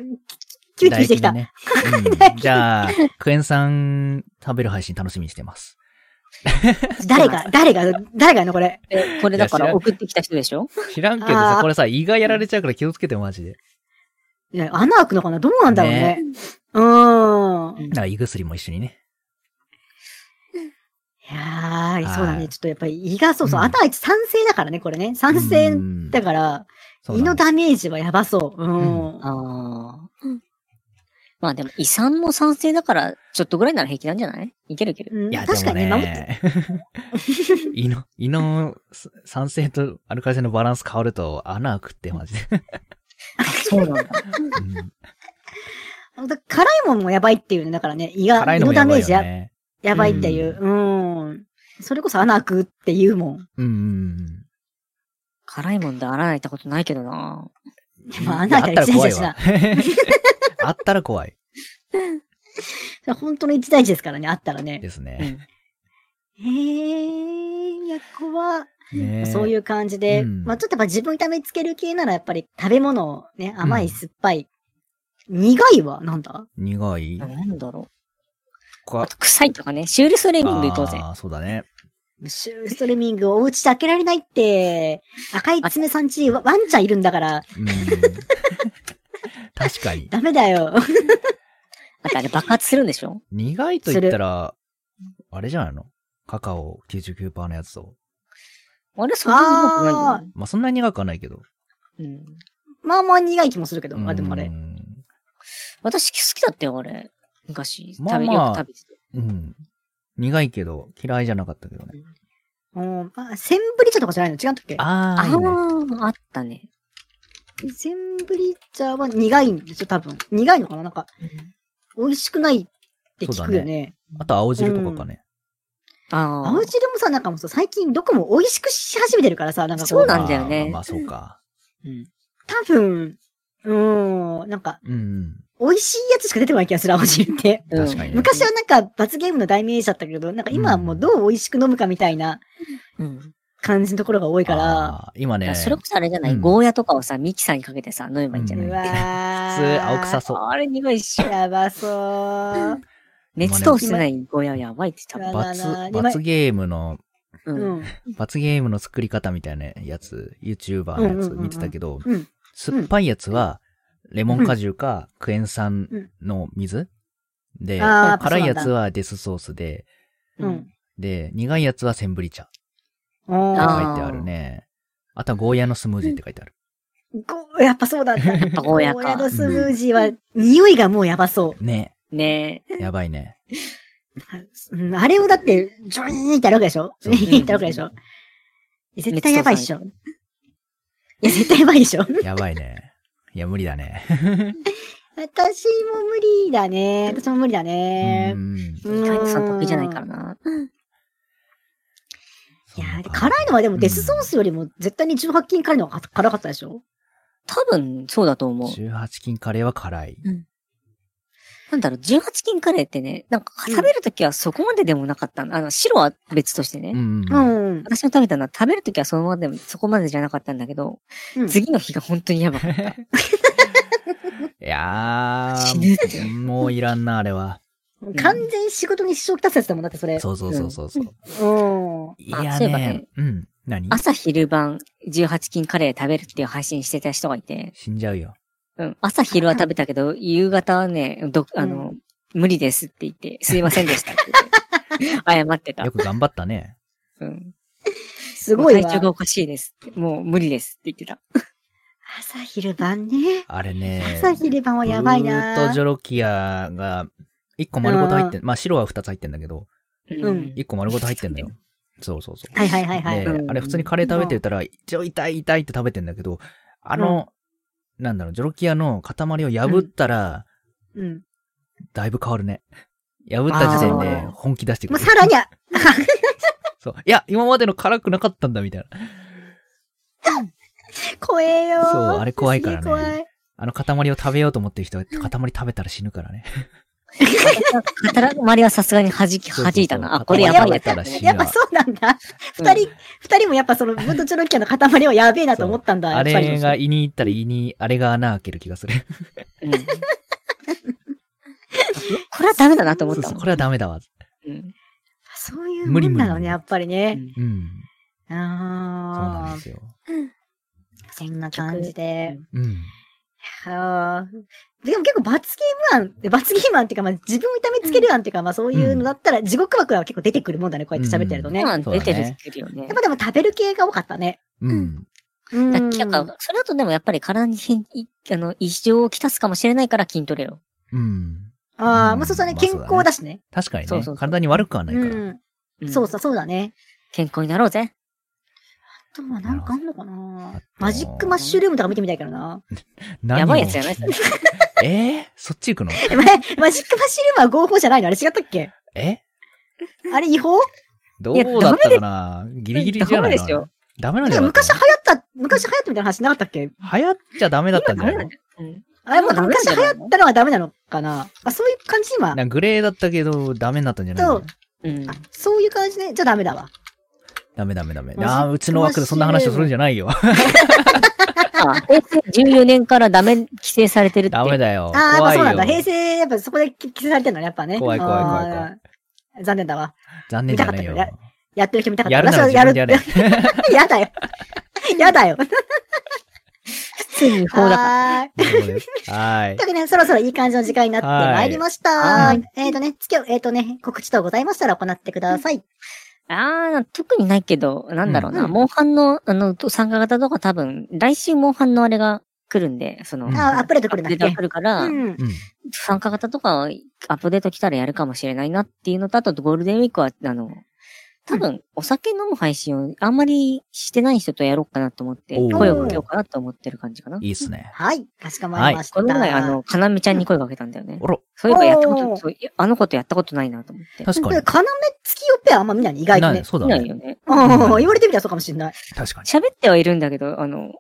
キュッキュッしてきた。唾液がねうん、じ ゃあ、クエン酸食べる配信楽しみにしてます。誰が、誰が、誰がやんのこれ。え、これだかいや知ららん送ってきた人でしょ知らんけどあさー、これさ、胃がやられちゃうから気をつけてよマジで。いや穴開くのかなどうなんだろうね。うーん。ないんか胃薬も一緒にね。やはー、いそうだね。ちょっとやっぱり胃が、そうそう、うん穴開いて酸性だからね、これね。酸性うんだから、そう胃なのんだダメージはやばそう。うん。ああ。まあでも、胃酸も酸性だから、ちょっとぐらいなら平気なんじゃないいけるいける。うんいや、確かにでね、も守って。ね、胃の、 胃の酸性とアルカリ性のバランス変わると穴開くってマジで。そうなんだ。うんだ辛いもんもやばいっていうね。だからね、胃が、辛い胃ののもダやばメいージよやね。やばいっていう。うん。それこそ穴開くっていうもん。うんうん 辛いもんで洗われたことないけどな。 でうん。も穴い開いやあたったら一ら怖い大事だわ。。あったら怖いそれは本当の一大事ですからね、あったらね。ですうね。ん。へー、いや、怖っねそういう感じで、うんまあちょっとやっぱ自分痛めつける系ならやっぱり食べ物をね、甘い、酸っぱい。苦いはなんだ苦いなんだろう。あか。と、臭いとかね。シュールストレーミング当然。あーそうだね。シューストレミングをお家で開けられないって、赤い爪さんちワワンちゃんいるんだから、うん 確かに。ダメだよ。 あとあれ爆発するんでしょ苦いと言ったら、あれじゃないのカカオ99%のやつを。俺はそんなに苦くないよね。まあ、そんなに苦くはないけど。うん。まあまあ苦い気もするけど、あでもあうれ。ん。私好きだったよ、あれ。昔。食べ、まあまあよく食べてた。うん。苦いけど、嫌いじゃなかったけどね。うん、まあ、センブリ茶とかじゃないの違うんだっけああーいいね。あー、あったね。センブリ茶は苦いんですよ、多分。苦いのかななんか、美味しくないって聞くよそうだね。あと、青汁とかかね。ああ。青汁もさ、なんかもうさ最近どこも美味しくし始めてるからさ、なんかこそうなんだよねまあまあ、そうか。うん多分、うーん、なんか、うん。美味しいやつしか出てこない気がする、青汁って。確かにね昔はなんか、罰ゲームの代名詞だったけど、なんか今はもうどう美味しく飲むかみたいなうん。感じのところが多いから、あー、今ね、それ普こそあれじゃない、うんゴーヤとかをさ、ミキサーにかけてさ、飲めばいいんじゃうない、んうーわ通ー。青臭そう。あれ苦いっしょ。やばそう。熱通してないゴーヤはやばいって多だ分。罰な、今罰ゲームのう。うんん。罰ゲームの作り方みたいなやつ、YouTuber のやつ見てたけど、うん。酸っぱいやつは、レモン果汁かクエン酸の水、で、あー辛いやつはデスソースで、うん。で、苦いやつはセンブリ茶ってお書いあーてあるね。あとはゴーヤのスムージーって書いてある。ごやっぱそうだった。やっぱゴーヤかのスムージーは、匂いがもうやばそう。ね。ねえ。やばいね。うんあれをだって、ジョイーンってやるわけでしょそジうョイーンってやるわけでしょ絶対やばいっしょ。いや、絶対やばいでしょやばいね。いや、無理だね。私も無理だね。私も無理だねう。んう意外とさんーん得意じゃないからな。いや、辛いのはでもデスソースよりも絶対に18金辛いのが辛かったでしょ多分、そうだと思う。 18金カレーは辛い。なんだろう、18金カレーってね、なんか食べるときはそこまででもなかったの。あの、白は別としてね。うん。う。ん。私の食べたのは食べるときはそのままでも、そこまでじゃなかったんだけど、うん次の日が本当にやばかった。いや死ぬってー、もういらんな、あれは。完全に仕事に支障きたすやつだもん、だってそれ。そうそうそうそうそう。うん。いやあそういえばねね、うん。何朝昼晩18金カレー食べるっていう配信してた人がいて、死んじゃうよ。うん、朝昼は食べたけど、夕方はね、ど、あの、無理ですって言って、すいませんでしたって言って、謝ってたよ。く頑張ったね。うん。すごい体調がわ。おかしいですって。もう無理ですって言ってた。朝昼晩ね。あれね。朝昼晩はやばいな。ブーとジョロキアが、1個丸ごと入ってんまあ白は2つ入ってんだけど、ん1個丸ごと入ってんだよ。そうそうそう。はいはいはいはい。でうんうんあれ普通にカレー食べてたら、一応痛い痛いって食べてんだけど、あの、なんだろう、ジョロキアの塊を破ったら、うん。だいぶ変わるね。破った時点であー本気出してくもうる。さらに、あそう。いや、今までの辛くなかったんだ、みたいな。怖えよー。そうあれ怖いからねすげえ怖い。あの塊を食べようと思ってる人は、塊食べたら死ぬからね。肩周りはさすがに弾そき、うそうそう弾いたな。あ、これやばいやつだやばいやつやっぱそうなんだ。二人、二人もやっぱその、ムンドチョロキアの塊はやべえなと思ったんだ。やあっぱりれが胃に行ったら胃に、あれが穴開ける気がする。うんこれはダメだなと思っそたうそうもんこ。れはダメだわ。うんそういうも無理ん無理なのね、やっぱりね。うん。そうなんあですよ。あ、そんな感じで。うん。はあ。でも結構罰ゲーム案、罰ゲーム案っていうか、まあ自分を痛めつける案っていうか、まあそういうのだったら、地獄枠は結構出てくるもんだね、こうやって喋ってるとね。まやっあ出てるくるよね。ぱでも食べる系が多かったね。うん。うん。だなんか、それだとでもやっぱり体に変いあの、異常をきたすかもしれないから筋トレを。うん。ああ、まあそうだね、まあ健康だしね。確かにそうねそうそ。う体に悪くはないかうら。ん。そうそう、そうだね。健康になろうぜ。あとはなんかあんのかなるほどマジックマッシュルームとか見てみたいからな。何をやばいやつじゃない えーそっち行くのえママジックマッシュルームは合法じゃないのあれ違ったっけえあれ違法どうだったかなギリギリじゃないダメですのよダメなんじなゃんかない昔流行った、昔流行ったみたいな話なかったっけ流行っちゃダメだったんじゃないのうんあれもう今ダメなん昔じゃ流な行いのったのはダメなのかなあ、そういう感じ今。なんかグレーだったけど、ダメになったんじゃないそのう、うん。そういう感じね。じゃあダメだわ。ダメダメダメ。マジックあーうちの枠でそんな話をするんじゃないよ。あ、平成14年からダメ、規制されてるって。ダメだよ。ああ、やっぱ怖いそうなんだ。平よ。成、やっぱそこで規制されてるのね、やっぱね。怖い怖い怖い怖いあー。残念だわ。残念じゃないよ見た。かったやってる人見たかった。やるなら私自は分でやれ。 やだよ。や だよ。普通に法だから。はーい。そうです はいとい。うわけでね、そろそろいい感じの時間になってまいりました。はいえっ、とね、つけ、えっ、とね、告知等ございましたら行ってください。ああ、特にないけど、なんだろうな。うんモンハンの、あの、参加型とか多分、来週モンハンのあれが来るんで、その、うんあーアップデート来るんだっデータがけ来るから、うん。うん。参加型とかアップデート来たらやるかもしれないなっていうのと、あとゴールデンウィークは、あの、多分、お酒飲む配信をあんまりしてない人とやろうかなと思って、おー声をかけようかなと思ってる感じかな。いいっすね。はい。かしこまりました。この前、あの、かなめちゃんに声かけたんだよねあ。ら、そういえばやったこおーと、そういあの子とやったことないなと思って。確かに。かなめ付きよペアあんま見ないね、意外となねい、。そうだいないねよ。ね。あうあ、ん言われてみたらそうかもしれない。確かに。喋ってはいるんだけど、あの、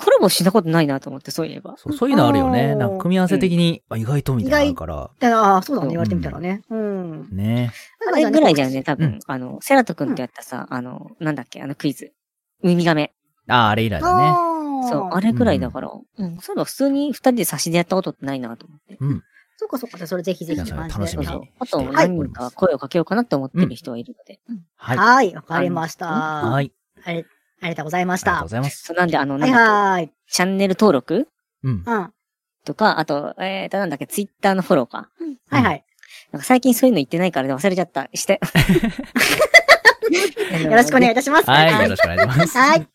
コラボしたことないなと思って、そういえば。そうそういうのあるようね。んなんか組み合わせ的に、あ意外とみたいなのあるから。だからああ、そうだね、うん言われてみたらね。うん。ねあれぐらいじゃね。ね、多う分ん。あの、セラト君とやったさ、あの、なんだっけ、あのクイズ。ウミガメ。ああ、あれ以来だね。ああ。そう、あれぐらいだから、うん、そういえば普通に二人で差しでやったことってないなと思って。うん。そっかそっか、じゃあそれぜひぜひいやそれマジで楽しみにはあと何人か声をかけようかなって思ってる人はいるので。はい。はい。はい、わかりました。あありりありがとうございましがとうたご。ざいます。そうなんで、あの、はないんだっはーい。けチャンネル登録うん。うん。はとか、あと、えーと、なんだっけ、ツイッターのフォローか。いはい。なんか最近そういうの言ってないから忘れちゃった。 して。よろしくお願いいたします。はい。よはろしくお願いします。はい。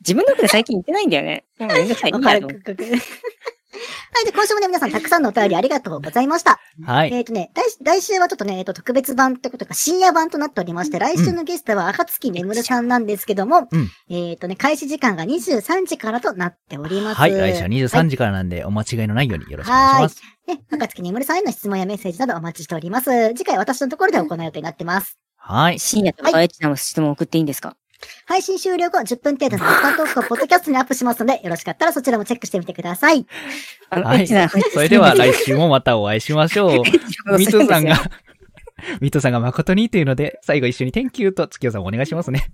自分のこと最近言ってないんだよね。もうめんどくさい。いわいかる。やとは思っいて。じゃあ今週もね、皆さんたくさんのお便りありがとうございました。はい。えっ、とね、来来週はちょっとね、えっ、と、特別版ってことか、深夜版となっておりまして、来週のゲストは赤月ねむるさんなんですけども、うんえっ、とね、開始時間が23時からとなっております。はい。来週はは23時からなんで、お間違いのないようによろしくお願いします。ね、赤月ねむるさんへの質問やメッセージなどお待ちしております。次回私のところで行う予定になってます。はい。深夜とか、あやちゃんも質問送っていいんですか配信終了後、10分程度の時間トークをポッドキャストにアップしますので、よろしかったらそちらもチェックしてみてください。あの、はいエッチな話それで は来週もまた お会いしましょう。ミトさんが、 ミトさんが誠にというので、最後一緒に Thank you と月夜さんもお願いしますね。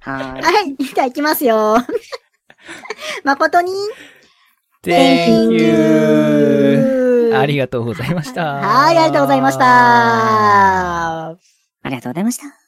はーい。はい、じゃあ行きますよ。 誠に。 Thank you! ありががとうございました。はい、ありがとうございました。ありがとうございました。